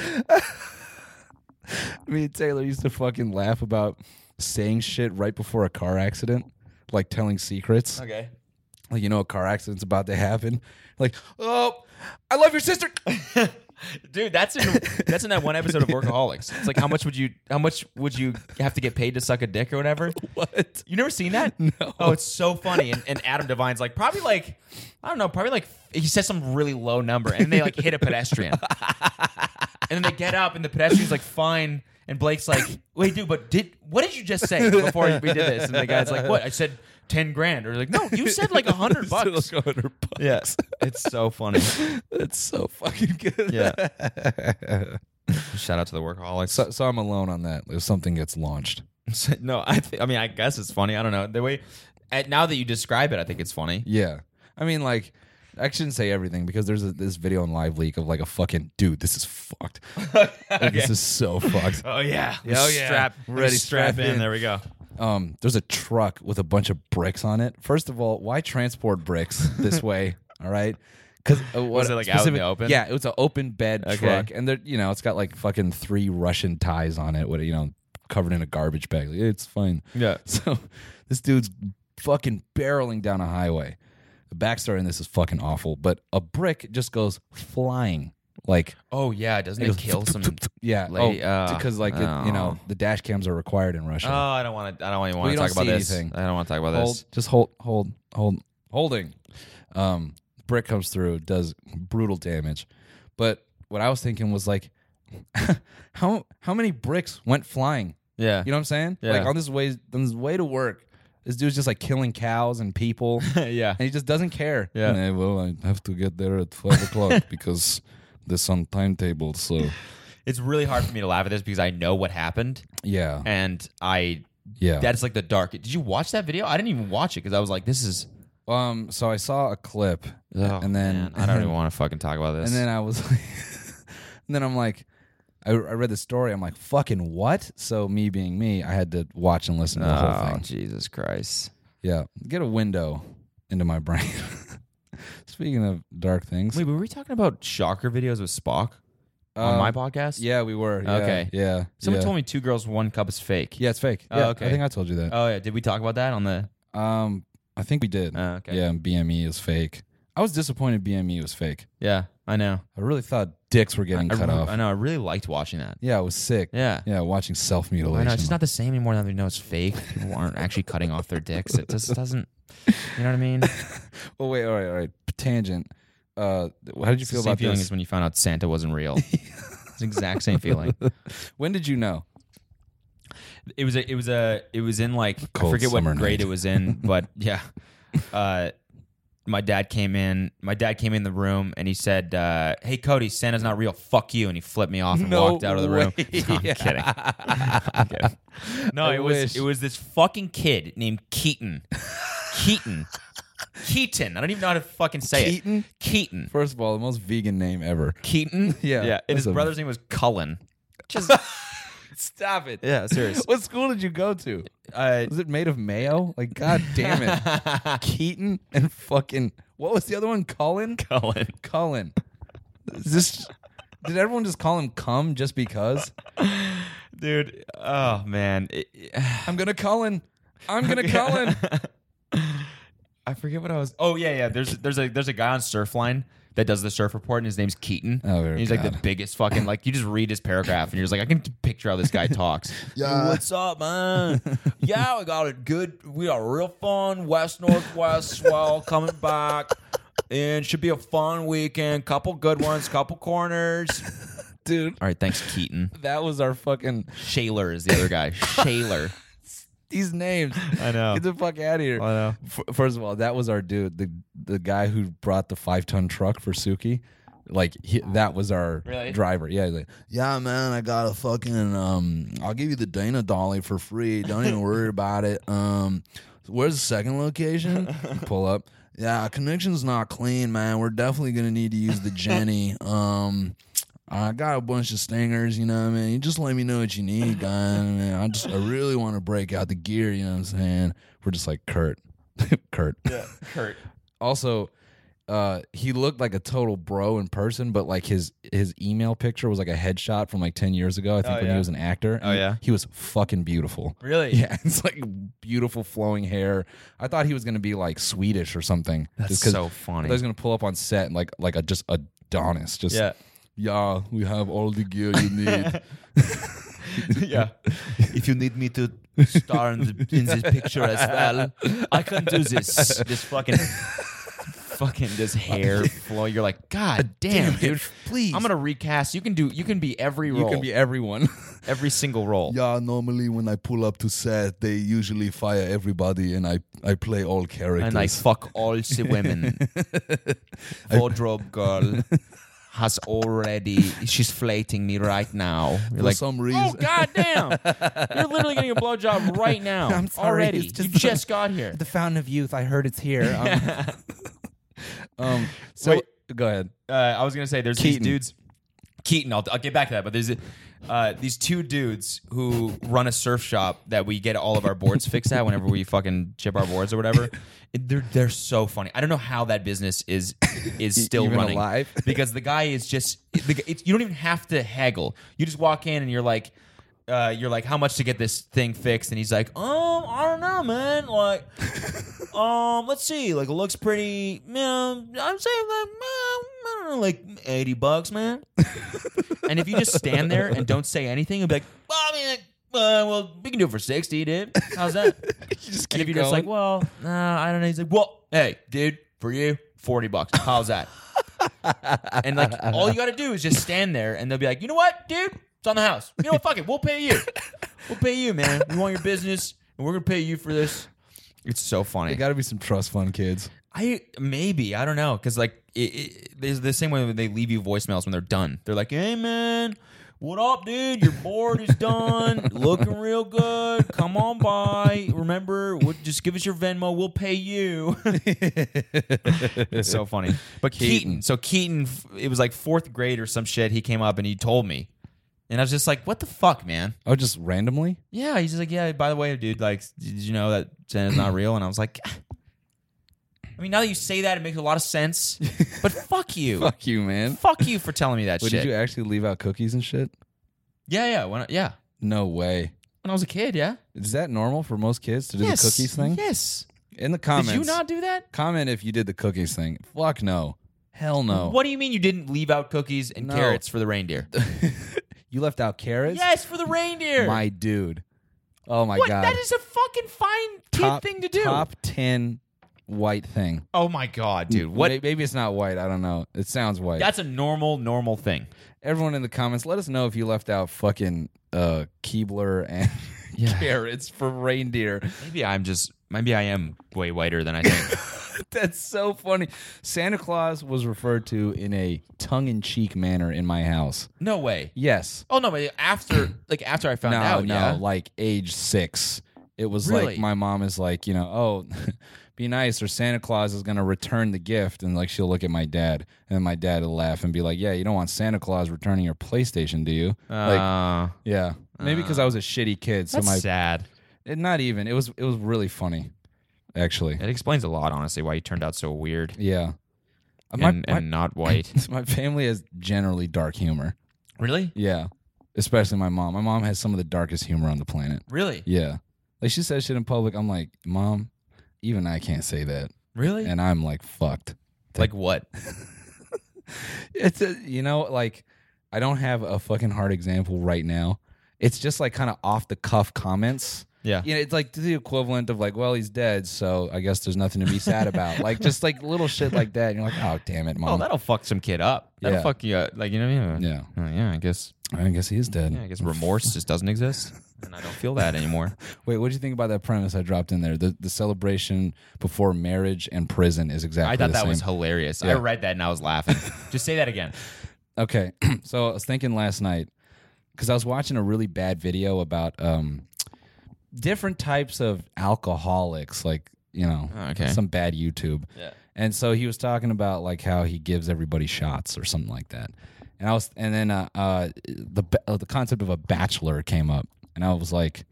B: me and Taylor used to fucking laugh about saying shit right before a car accident, like telling secrets.
A: Okay.
B: Like you know, a car accident's about to happen. Like, oh, I love your sister. (laughs)
A: Dude, that's in that's in that one episode of Workaholics. It's like how much would you how much would you have to get paid to suck a dick or (laughs) whatever?
B: what?
A: You never seen that? (laughs) No. Oh, it's so funny. And, and Adam Devine's like probably like I don't know, probably like he says some really low number, and they like hit a (laughs) pedestrian, and then they get up, and the pedestrian's like fine, and Blake's like, wait, dude, but did what did you just say before we did this? And the guy's like, what? I said ten grand, or like no, you said like a
B: (laughs)
A: hundred bucks.
B: Still a hundred
A: (laughs)
B: bucks.
A: Yes, it's so funny.
B: That's so fucking good.
A: Yeah. Shout out to the workaholics.
B: (laughs) So, so I'm alone on that. If something gets launched,
A: no, I th- I mean I guess it's funny. I don't know the way. At, now that you describe it, I think it's funny.
B: yeah. I mean, like, I shouldn't say everything because there's a, this video on Live Leak of like a fucking dude. This
A: (laughs)
B: is fucked. Like, This is so fucked.
A: Oh yeah.
B: Oh, yeah.
A: Strap
B: We're ready,
A: Strap
B: strap
A: in.
B: in.
A: There we go.
B: Um, there's a truck with a bunch of bricks on it. First of all, why
A: (laughs)
B: transport bricks this way? all right. Because
A: Was it, like, out in the open?
B: Yeah, it was an open bed
A: Okay.
B: truck, and there, you know, it's got like fucking three Russian ties on it. What you know, covered in a garbage bag. Like, it's fine.
A: Yeah.
B: (laughs) So this dude's fucking barreling down a highway. The backstory in this is fucking awful, but a brick just goes flying. Like,
A: Oh yeah. Doesn't
B: It
A: it
B: goes (laughs)
A: kill some?
B: yeah,
A: Lady- uh,
B: because like the- you know the dash cams are required in
A: Oh,
B: Russia.
A: I don't want to. I don't even want
B: We
A: to
B: don't
A: talk about
B: see
A: this.
B: anything.
A: I don't want to talk about
B: hold,
A: this.
B: just hold, hold, hold, holding. Um, brick comes through, does brutal damage. But what I was thinking was like, (laughs) how how many bricks went flying?
A: Yeah. (laughs)
B: You know what I'm saying?
A: Yeah.
B: Like on this way, on his way to work, this dude's just like killing cows
A: (laughs)
B: and people.
A: yeah.
B: and he just doesn't care.
A: Yeah.
B: Nah, well, I have to get there at
A: (laughs)
B: five o'clock because there's on timetable. So
A: It's really hard for me to laugh at this because I know what happened,
B: yeah,
A: and I.
B: yeah.
A: That's like the dark. Did you watch that video? I didn't even watch it because I was like, this is.
B: um. So I saw a clip,
A: Oh,
B: and then
A: man,
B: (laughs)
A: I don't even want to fucking talk about this.
B: and then I was, (laughs) like, and then I'm like. I, I read the story. I'm like, fucking what? So me being me, I had to watch and listen to the whole
A: oh
B: thing.
A: Jesus Christ.
B: Yeah, get a window into my brain. (laughs) Speaking of dark things,
A: Wait, were we talking about shocker videos with Spock on
B: um,
A: my podcast?
B: Yeah, we were. Yeah,
A: Okay.
B: Yeah.
A: Someone
B: yeah.
A: told me two girls, one cup is fake.
B: Yeah, it's fake.
A: Oh,
B: yeah,
A: okay.
B: I think I told you that.
A: Oh yeah. Did we talk about that on the?
B: Um, I think we did.
A: Oh, okay.
B: Yeah, and BME is fake. I was disappointed BME was fake.
A: Yeah. I know.
B: I really thought dicks were getting
A: I,
B: cut
A: re-
B: off.
A: I know. I really liked watching that.
B: yeah, it was sick.
A: Yeah.
B: Yeah, watching self mutilation.
A: I know. It's just not the same anymore now that we know it's fake. People aren't actually cutting off their dicks. It just doesn't. You know what I mean?
B: (laughs) Oh wait, all right, all right. Tangent. Uh, how did you
A: It's the
B: feel
A: same
B: about
A: feeling
B: this?
A: as when you found out Santa wasn't
B: (laughs)
A: real. it's the exact same feeling.
B: when did you know?
A: It was a. It was a. It was in like I
B: cold
A: forget what
B: summer
A: grade
B: night.
A: it was
B: (laughs)
A: in, but yeah. Uh, my dad came in. My dad came in the room and he said, uh, "Hey Cody, Santa's not real. Fuck you!" And he flipped me off and
B: No
A: walked out of the room.
B: way.
A: (laughs) No, I'm kidding. I'm
B: (laughs)
A: kidding. No,
B: I
A: it
B: wish.
A: was it was this fucking kid named Keaton. Keaton. Keaton. I don't even know how to fucking say
B: Keaton?
A: it. Keaton.
B: First of all, the most vegan name ever.
A: (laughs) Keaton.
B: Yeah,
A: Yeah. And his
B: that's a-
A: brother's name was Cullen. (laughs) Just
B: (laughs) Stop it.
A: yeah, serious.
B: What school did you go to?
A: Uh,
B: Was it made of mayo? Like, god damn
A: (laughs)
B: it. Keaton and fucking what was the other one? Colin.
A: Cullen.
B: Cullen. Is this did everyone just call him cum just because?
A: Dude. Oh man. It-
B: I'm gonna Cullen.
A: (laughs)
B: I'm gonna Cullen.
A: I forget what I was. Oh yeah, yeah. There's there's a there's a guy on Surfline that does the surf report, and his name's Keaton.
B: Oh,
A: and
B: very
A: he's like the
B: bad.
A: biggest fucking like. You just read his paragraph, and you're just like, I can picture how this guy talks. (laughs) yeah, what's up, man? yeah, we got a good. We got a real fun West Northwest (laughs) swell coming back, and should be a fun weekend. Couple good ones, couple corners.
B: (laughs) Dude,
A: All right, thanks, Keaton.
B: that was our fucking
A: Shaler is the other guy. Shaler.
B: these names.
A: I know.
B: Get the fuck out of here.
A: I know.
B: F- First of all, that was our dude, the the guy who brought the five ton truck for Suki. Like he, that was our
A: Really?
B: driver. Yeah, he's like, yeah, man, I got a fucking um, I'll give you the Dana dolly for free. Don't even worry about it. Um, where's the second location? Pull up.
F: yeah, connection's not clean, man. We're definitely gonna need to use the Jenny. um, I got a bunch of stingers, you know what I mean? You just let me know what you
A: (laughs)
F: need, guy. I, mean, I just, I really want to break out the gear, you know what I'm saying? We're just like, Kurt. (laughs) Kurt.
A: Kurt.
F: Also,
B: uh, he looked like a total bro in person, but like his his email picture was like a headshot from like ten years ago. I think
A: Oh,
B: when
A: yeah.
B: he was an actor.
A: Oh,
B: And
A: yeah?
B: he was fucking beautiful.
A: Really?
B: (laughs) Yeah, it's like beautiful flowing hair. I thought he was gonna be like Swedish or something.
A: That's
B: just 'cause
A: so
B: I thought
A: funny.
B: he was gonna pull up on set and like like a just Adonis. Just
A: Yeah.
F: yeah, we have all the gear you
B: (laughs)
F: need.
A: (laughs) yeah. If you need me to star in, the, in this picture as well, I can do this. This fucking, fucking this (laughs) hair flow. You're like, God damn, dude.
F: please.
A: I'm gonna recast. You can do. You can be every role.
B: you can be everyone.
A: every single role.
F: Yeah, normally when I pull up to set, they usually fire everybody, and I I play all characters.
A: And I fuck all the (laughs) women. Wardrobe girl has already. She's flating me right now. You're
F: for
A: (laughs) like,
F: some reason,
A: oh goddamn! You're literally getting a blowjob right (laughs) now.
B: I'm sorry,
A: already.
B: it's just-
A: you just got here.
B: the fountain of youth. I heard it's (laughs) here. Um, um,
A: So-
B: wait, go ahead.
A: (laughs) uh, I was gonna say there's
B: Keaton.
A: these dudes. Keaton, I'll, I'll get back to that, but there's uh, these two dudes who run a surf shop that we get all of our boards fixed at whenever we fucking chip our boards or whatever. It- They're they're so funny. I don't know how that business is
B: (laughs)
A: is still
B: Even
A: running
B: alive?
A: because the guy is just the, g- it's, you don't even have to haggle. You just walk in and you're like. Uh, you're like, how much to get this thing fixed? And he's like, um, I don't know, man.
B: (laughs)
A: Like, um, let's see. Like, it looks pretty. Man, I'm saying like, man, I don't know, like eighty bucks, man. and if you just stand there and don't say anything, you'll be like, well, I mean, like, uh, well, we can do it for sixty, dude. How's that?
B: (laughs) Just
A: and if you're just like, well, nah, I don't know. He's like, well, hey, dude, for you, forty bucks. How's that? and like, all you got to do is just stand there, and they'll be like, you know what, dude, it's on the house. You know what? Fuck it, we'll pay you. We'll pay you, man. We want your business, and we're gonna pay you for this. It's so funny.
F: There gotta be some trust fund kids.
A: I maybe I don't know because like it, it, there's the same way when they leave you voicemails when they're done. They're like, "Hey man, what up, dude? Your board is done, looking real good. Come on by. Remember, we'll, just give us your Venmo. We'll pay you." (laughs) it's so funny. But Keaton, so Keaton, f- it was like fourth grade or some shit. He came up and he told me, and I was just like, "What the fuck, man?"
B: oh, just randomly.
A: Yeah, he's just like, yeah. By the way, dude, like, did you know that Santa's
B: (clears throat)
A: not real? And I was like, I mean, now that you say that, it makes a lot of sense.
B: (laughs)
A: But fuck you, fuck,
B: Fuck you, man.
A: you for telling me that
B: Wait,
A: shit.
B: did you actually leave out cookies and shit?
A: yeah, yeah, when I, yeah.
B: No way.
A: When I was a kid, yeah.
B: Is that normal for most kids to do
A: yes,
B: the cookies thing?
A: Yes.
B: In the comments.
A: Did you not do that?
B: comment if you did the cookies thing? Fuck no. Hell no.
A: What do you mean you didn't leave out cookies and
B: No.
A: carrots for the reindeer?
B: (laughs) You left out carrots?
A: yes, for the reindeer.
B: My dude. Oh my
A: what?
B: god.
A: That is a fucking fine kid
B: top,
A: thing to do.
B: Top 10 white thing.
A: Oh my god, dude. What?
B: May- Maybe it's not white. I don't know. It sounds white.
A: That's a normal, normal thing.
B: Everyone in the comments, let us know if you left out fucking uh Keebler and (laughs) carrots for reindeer.
A: Maybe I'm just. Maybe I am way whiter than I
B: (laughs)
A: think.
B: That's so funny. Santa Claus was referred to in a tongue in cheek manner in my house.
A: no way.
B: Yes.
A: Oh no, but
B: (clears throat)
A: after like after I found
B: no,
A: out,
B: no,
A: yeah.
B: like age six. It was
A: Really?
B: like my mom is like, you know, oh, (laughs) be nice or Santa Claus is going to return the gift. And like she'll look at my dad and then my dad will laugh and be like, yeah, you don't want Santa Claus returning your PlayStation, do you? like,
A: Uh,
B: yeah. Maybe because I was a shitty kid. So
A: that's
B: my,
A: sad.
B: it, not even. It was, it was really funny, actually.
A: It explains a lot, honestly, why you turned out so weird
B: Yeah. Uh, My,
A: and,
B: my,
A: and not
B: (clears throat)
A: white.
B: (laughs) my family has generally dark humor.
A: really,
B: Yeah. Especially my mom. My mom has some of the darkest humor on the planet.
A: really,
B: Yeah. Like she says shit in public. I'm like, Mom, even I can't say that.
A: really.
B: And I'm like, fucked.
A: like what?
B: It's, a, you know, like I don't have a fucking hard example right now. It's just like kind of off the cuff comments.
A: Yeah.
B: You know, it's like the equivalent of like, well, he's dead, so I guess there's nothing to be sad about. like just like little shit like that. And you're like, oh, damn it,
A: Oh,
B: Mom.
A: that'll fuck some kid up. That'll
B: Yeah.
A: fuck you up. Like you know what I mean?
B: yeah.
A: Oh, yeah, I guess.
B: I guess he is dead.
A: Yeah, I guess remorse just doesn't exist, and I don't feel that
B: (laughs)
A: anymore.
B: Wait, what do you think about that premise I dropped in there? The the celebration before marriage and prison is exactly.
A: I thought
B: the
A: that
B: same.
A: was hilarious. I
B: Yeah.
A: read that and I was
B: (laughs)
A: laughing. just say that again.
B: okay. (clears throat) so I was thinking last night because I was watching a really bad video about um different types of alcoholics, like you know,
A: Oh, okay.
B: some bad YouTube.
A: Yeah.
B: And so he was talking about like how he gives everybody shots or something like that. And I was, and then uh, uh, the ba- uh, the concept of a bachelor came up, and I was like,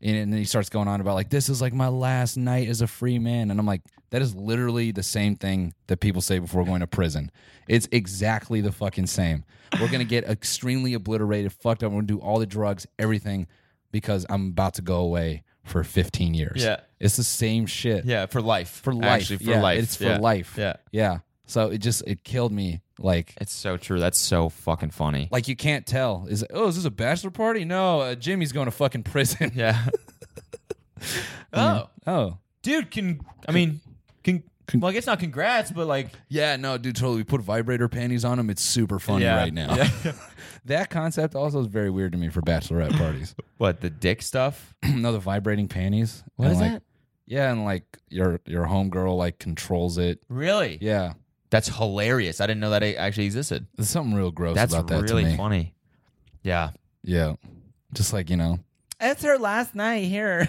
B: and, and then he starts going on about like this is like my last night as a free man, and I'm like, that is literally the same thing that people say before going to prison. It's exactly the fucking same. We're gonna get extremely obliterated, fucked up. We're gonna do all the drugs, everything, because I'm about to go away for 15 years.
A: Yeah.
B: it's the same shit
A: Yeah, for life.
B: for life.
A: Actually, for
B: yeah,
A: life.
B: It's for
A: Yeah.
B: life.
A: Yeah.
B: Yeah. So it just it killed me. Like
A: It's so true. That's so fucking funny.
B: like you can't tell. Is it, oh is this a bachelor party? No, uh, Jimmy's going to fucking prison. (laughs)
A: Yeah. oh,
B: oh.
A: dude. Can I mean? Can well, I guess not. Congrats, but like,
B: Yeah, no, dude, totally. We put vibrator panties on him. It's super funny
A: yeah,
B: right now.
A: (laughs) yeah.
B: (laughs) That concept also is very weird to me for bachelorette parties. (clears throat)
A: what the dick stuff?
B: no, the vibrating panties. What
A: is
B: is
A: that?
B: Yeah, and like your your homegirl like controls it.
A: Really?
B: Yeah,
A: That's hilarious. I didn't know that it actually existed.
B: there's something real gross
A: That's
B: about that to
A: really
B: me.
A: funny. Yeah.
B: Yeah. Just like, you know. It's her last night here.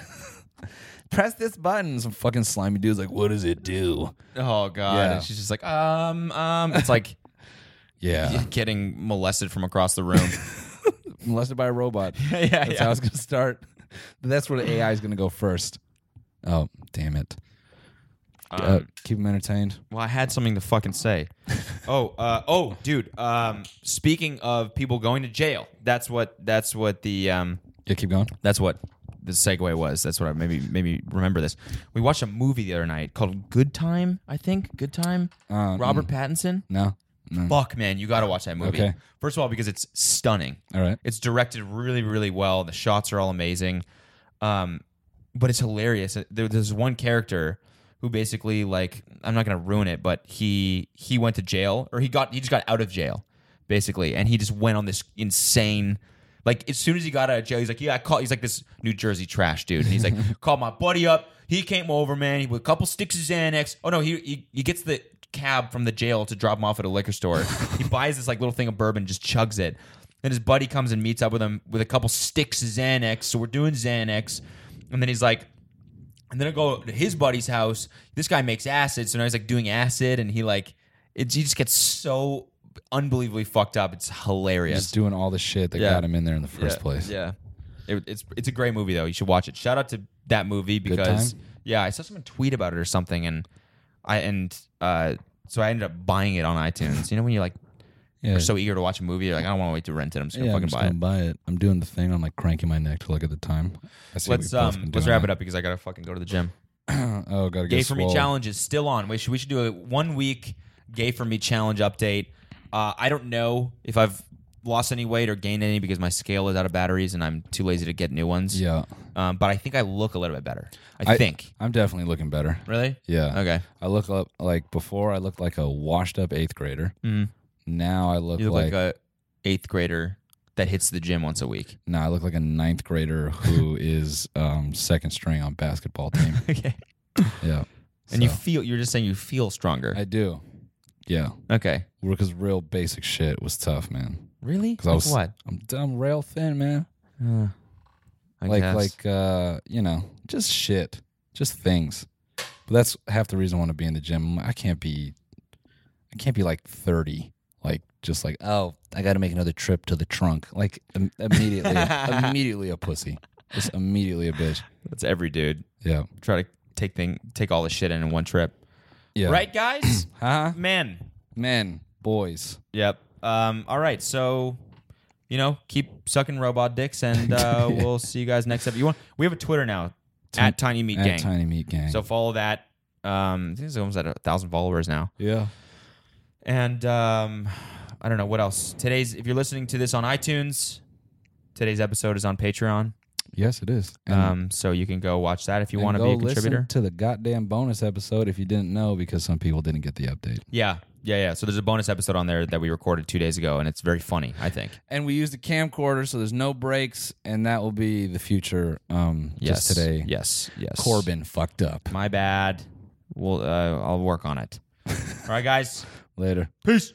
B: (laughs) Press this button. Some fucking slimy dude's like, what does it do?
A: Oh god.
B: Yeah.
A: And she's just like, um, um. It's (laughs) like
B: Yeah.
A: getting molested from across the room.
B: Molested by a robot.
A: (laughs) yeah, yeah.
B: That's how it's going to start. That's where the AI is going to go first. Oh, damn it.
A: Um,
B: uh, keep him entertained.
A: (laughs) Well, I had something to fucking say. (laughs) oh, uh, oh, dude. Um, speaking of people going to jail, that's what that's what the um,
B: Yeah, keep going.
A: that's what the segue was. That's what I maybe maybe remember this. We watched a movie the other night called Good Time. I think Good Time.
B: Uh,
A: Robert Pattinson.
B: No.
A: Fuck man, you got to watch that movie.
B: Okay.
A: First of all, because it's stunning.
B: All right.
A: It's directed really, really well. The shots are all amazing. Um, but it's hilarious. Uh, There, there's one character who basically like I'm not gonna ruin it, but he he went to jail or he got he just got out of jail basically, and he just went on this insane. Like as soon as he got out of jail, he's like, "Yeah, I call." He's like this New Jersey trash dude, and he's like, "Called my buddy up. He came over, man. He with a couple sticks of Xanax. Oh no, he he, he gets the cab from the jail to drop him off at a liquor store. he buys this like little thing of bourbon, just chugs it. Then his buddy comes and meets up with him with a couple sticks of Xanax. So we're doing Xanax, and then he's like, and then I go to his buddy's house. This guy makes acid, so now he's like doing acid, and he like, it, he just gets so unbelievably fucked up. It's hilarious.
B: Just doing all the shit that
A: Yeah.
B: got him in there in the first place.
A: Yeah, It- it's it's a great movie though. You should watch it. Shout out to that movie because
B: time?
A: yeah, I saw someone tweet about it or something, and I and uh, so I ended up buying it on iTunes. you know when you're like
B: Yeah.
A: are so eager to watch a movie, you're like I don't want to wait to rent it. I'm just gonna
B: yeah,
A: fucking
B: I'm just
A: buy
B: gonna
A: it.
B: buy it. I'm doing the thing. I'm like cranking my neck to look at the time. I see
A: Let's
B: we've both
A: um
B: been
A: let's
B: doing
A: wrap
B: that.
A: it up because I gotta fucking go to the gym.
B: (clears throat) oh, gotta
A: Gay
B: get
A: for me
B: swole.
A: challenge is still on. We should we should do a one week gay for me challenge update. Uh, I don't know if I've lost any weight or gained any because my scale is out of batteries and I'm too lazy to get new ones.
B: Yeah.
A: Um, but I think I look a little bit better. I,
B: I-
A: think.
B: I'm definitely looking better.
A: Really?
B: Yeah.
A: Okay.
B: I look up like before. I looked like a washed up eighth grader.
A: Mm.
B: Now I look,
A: You look like,
B: like,
A: a eighth grader that hits the gym once a
B: (laughs)
A: week.
B: no, I look like a ninth
A: (laughs)
B: grader who is um, second string on basketball team.
A: okay.
B: yeah,
A: And you
B: So,
A: feel you're just saying you feel stronger.
B: I do. Yeah,
A: okay.
B: because real basic shit was tough, man.
A: Really?
B: 'Cause
A: Like
B: I was
A: what?
B: I'm dumb, rail thin, man.
A: I
B: like
A: guess.
B: like uh, you know, just shit, just things. But that's half the reason I want to be in the gym. I can't be, I can't be like thirty. Like just like oh, I got to make another trip to the trunk. Like im- immediately,
A: (laughs)
B: immediately a pussy, just immediately a bitch.
A: that's every dude.
B: Yeah,
A: Try to take thing take all the shit in in one trip.
B: yeah.
A: Right, guys?
B: Huh?
A: Man.
B: Men, boys.
A: Yep. Um, all right. So, you know, keep sucking robot dicks, and
B: (laughs)
A: uh, we'll see you guys next episode. You want? We have a Twitter now at Tiny Meat
B: at
A: Gang.
B: Tiny Meat Gang.
A: So follow that. Um, I think it's almost at a thousand followers now.
B: yeah.
A: And um, I don't know what else. Today's, if you're listening to this on iTunes, today's episode is on Patreon.
B: Yes, it is. And,
A: Um, so you can go watch that if you
B: Mm-hmm. and
A: want to
B: go
A: be a
B: listen
A: contributor.
B: to the goddamn bonus episode if you didn't know because some people didn't get the update.
A: Yeah, yeah, yeah. So there's a bonus episode on there that we recorded two days ago, and it's very funny. I think.
B: And we used a camcorder, so there's no breaks, and that will be the future. Um,
A: Yes.
B: just today,
A: Yes. Yes.
B: Corbin fucked up.
A: My bad. We'll. Uh, I'll work on it. All right, guys.
B: Later.
A: Peace.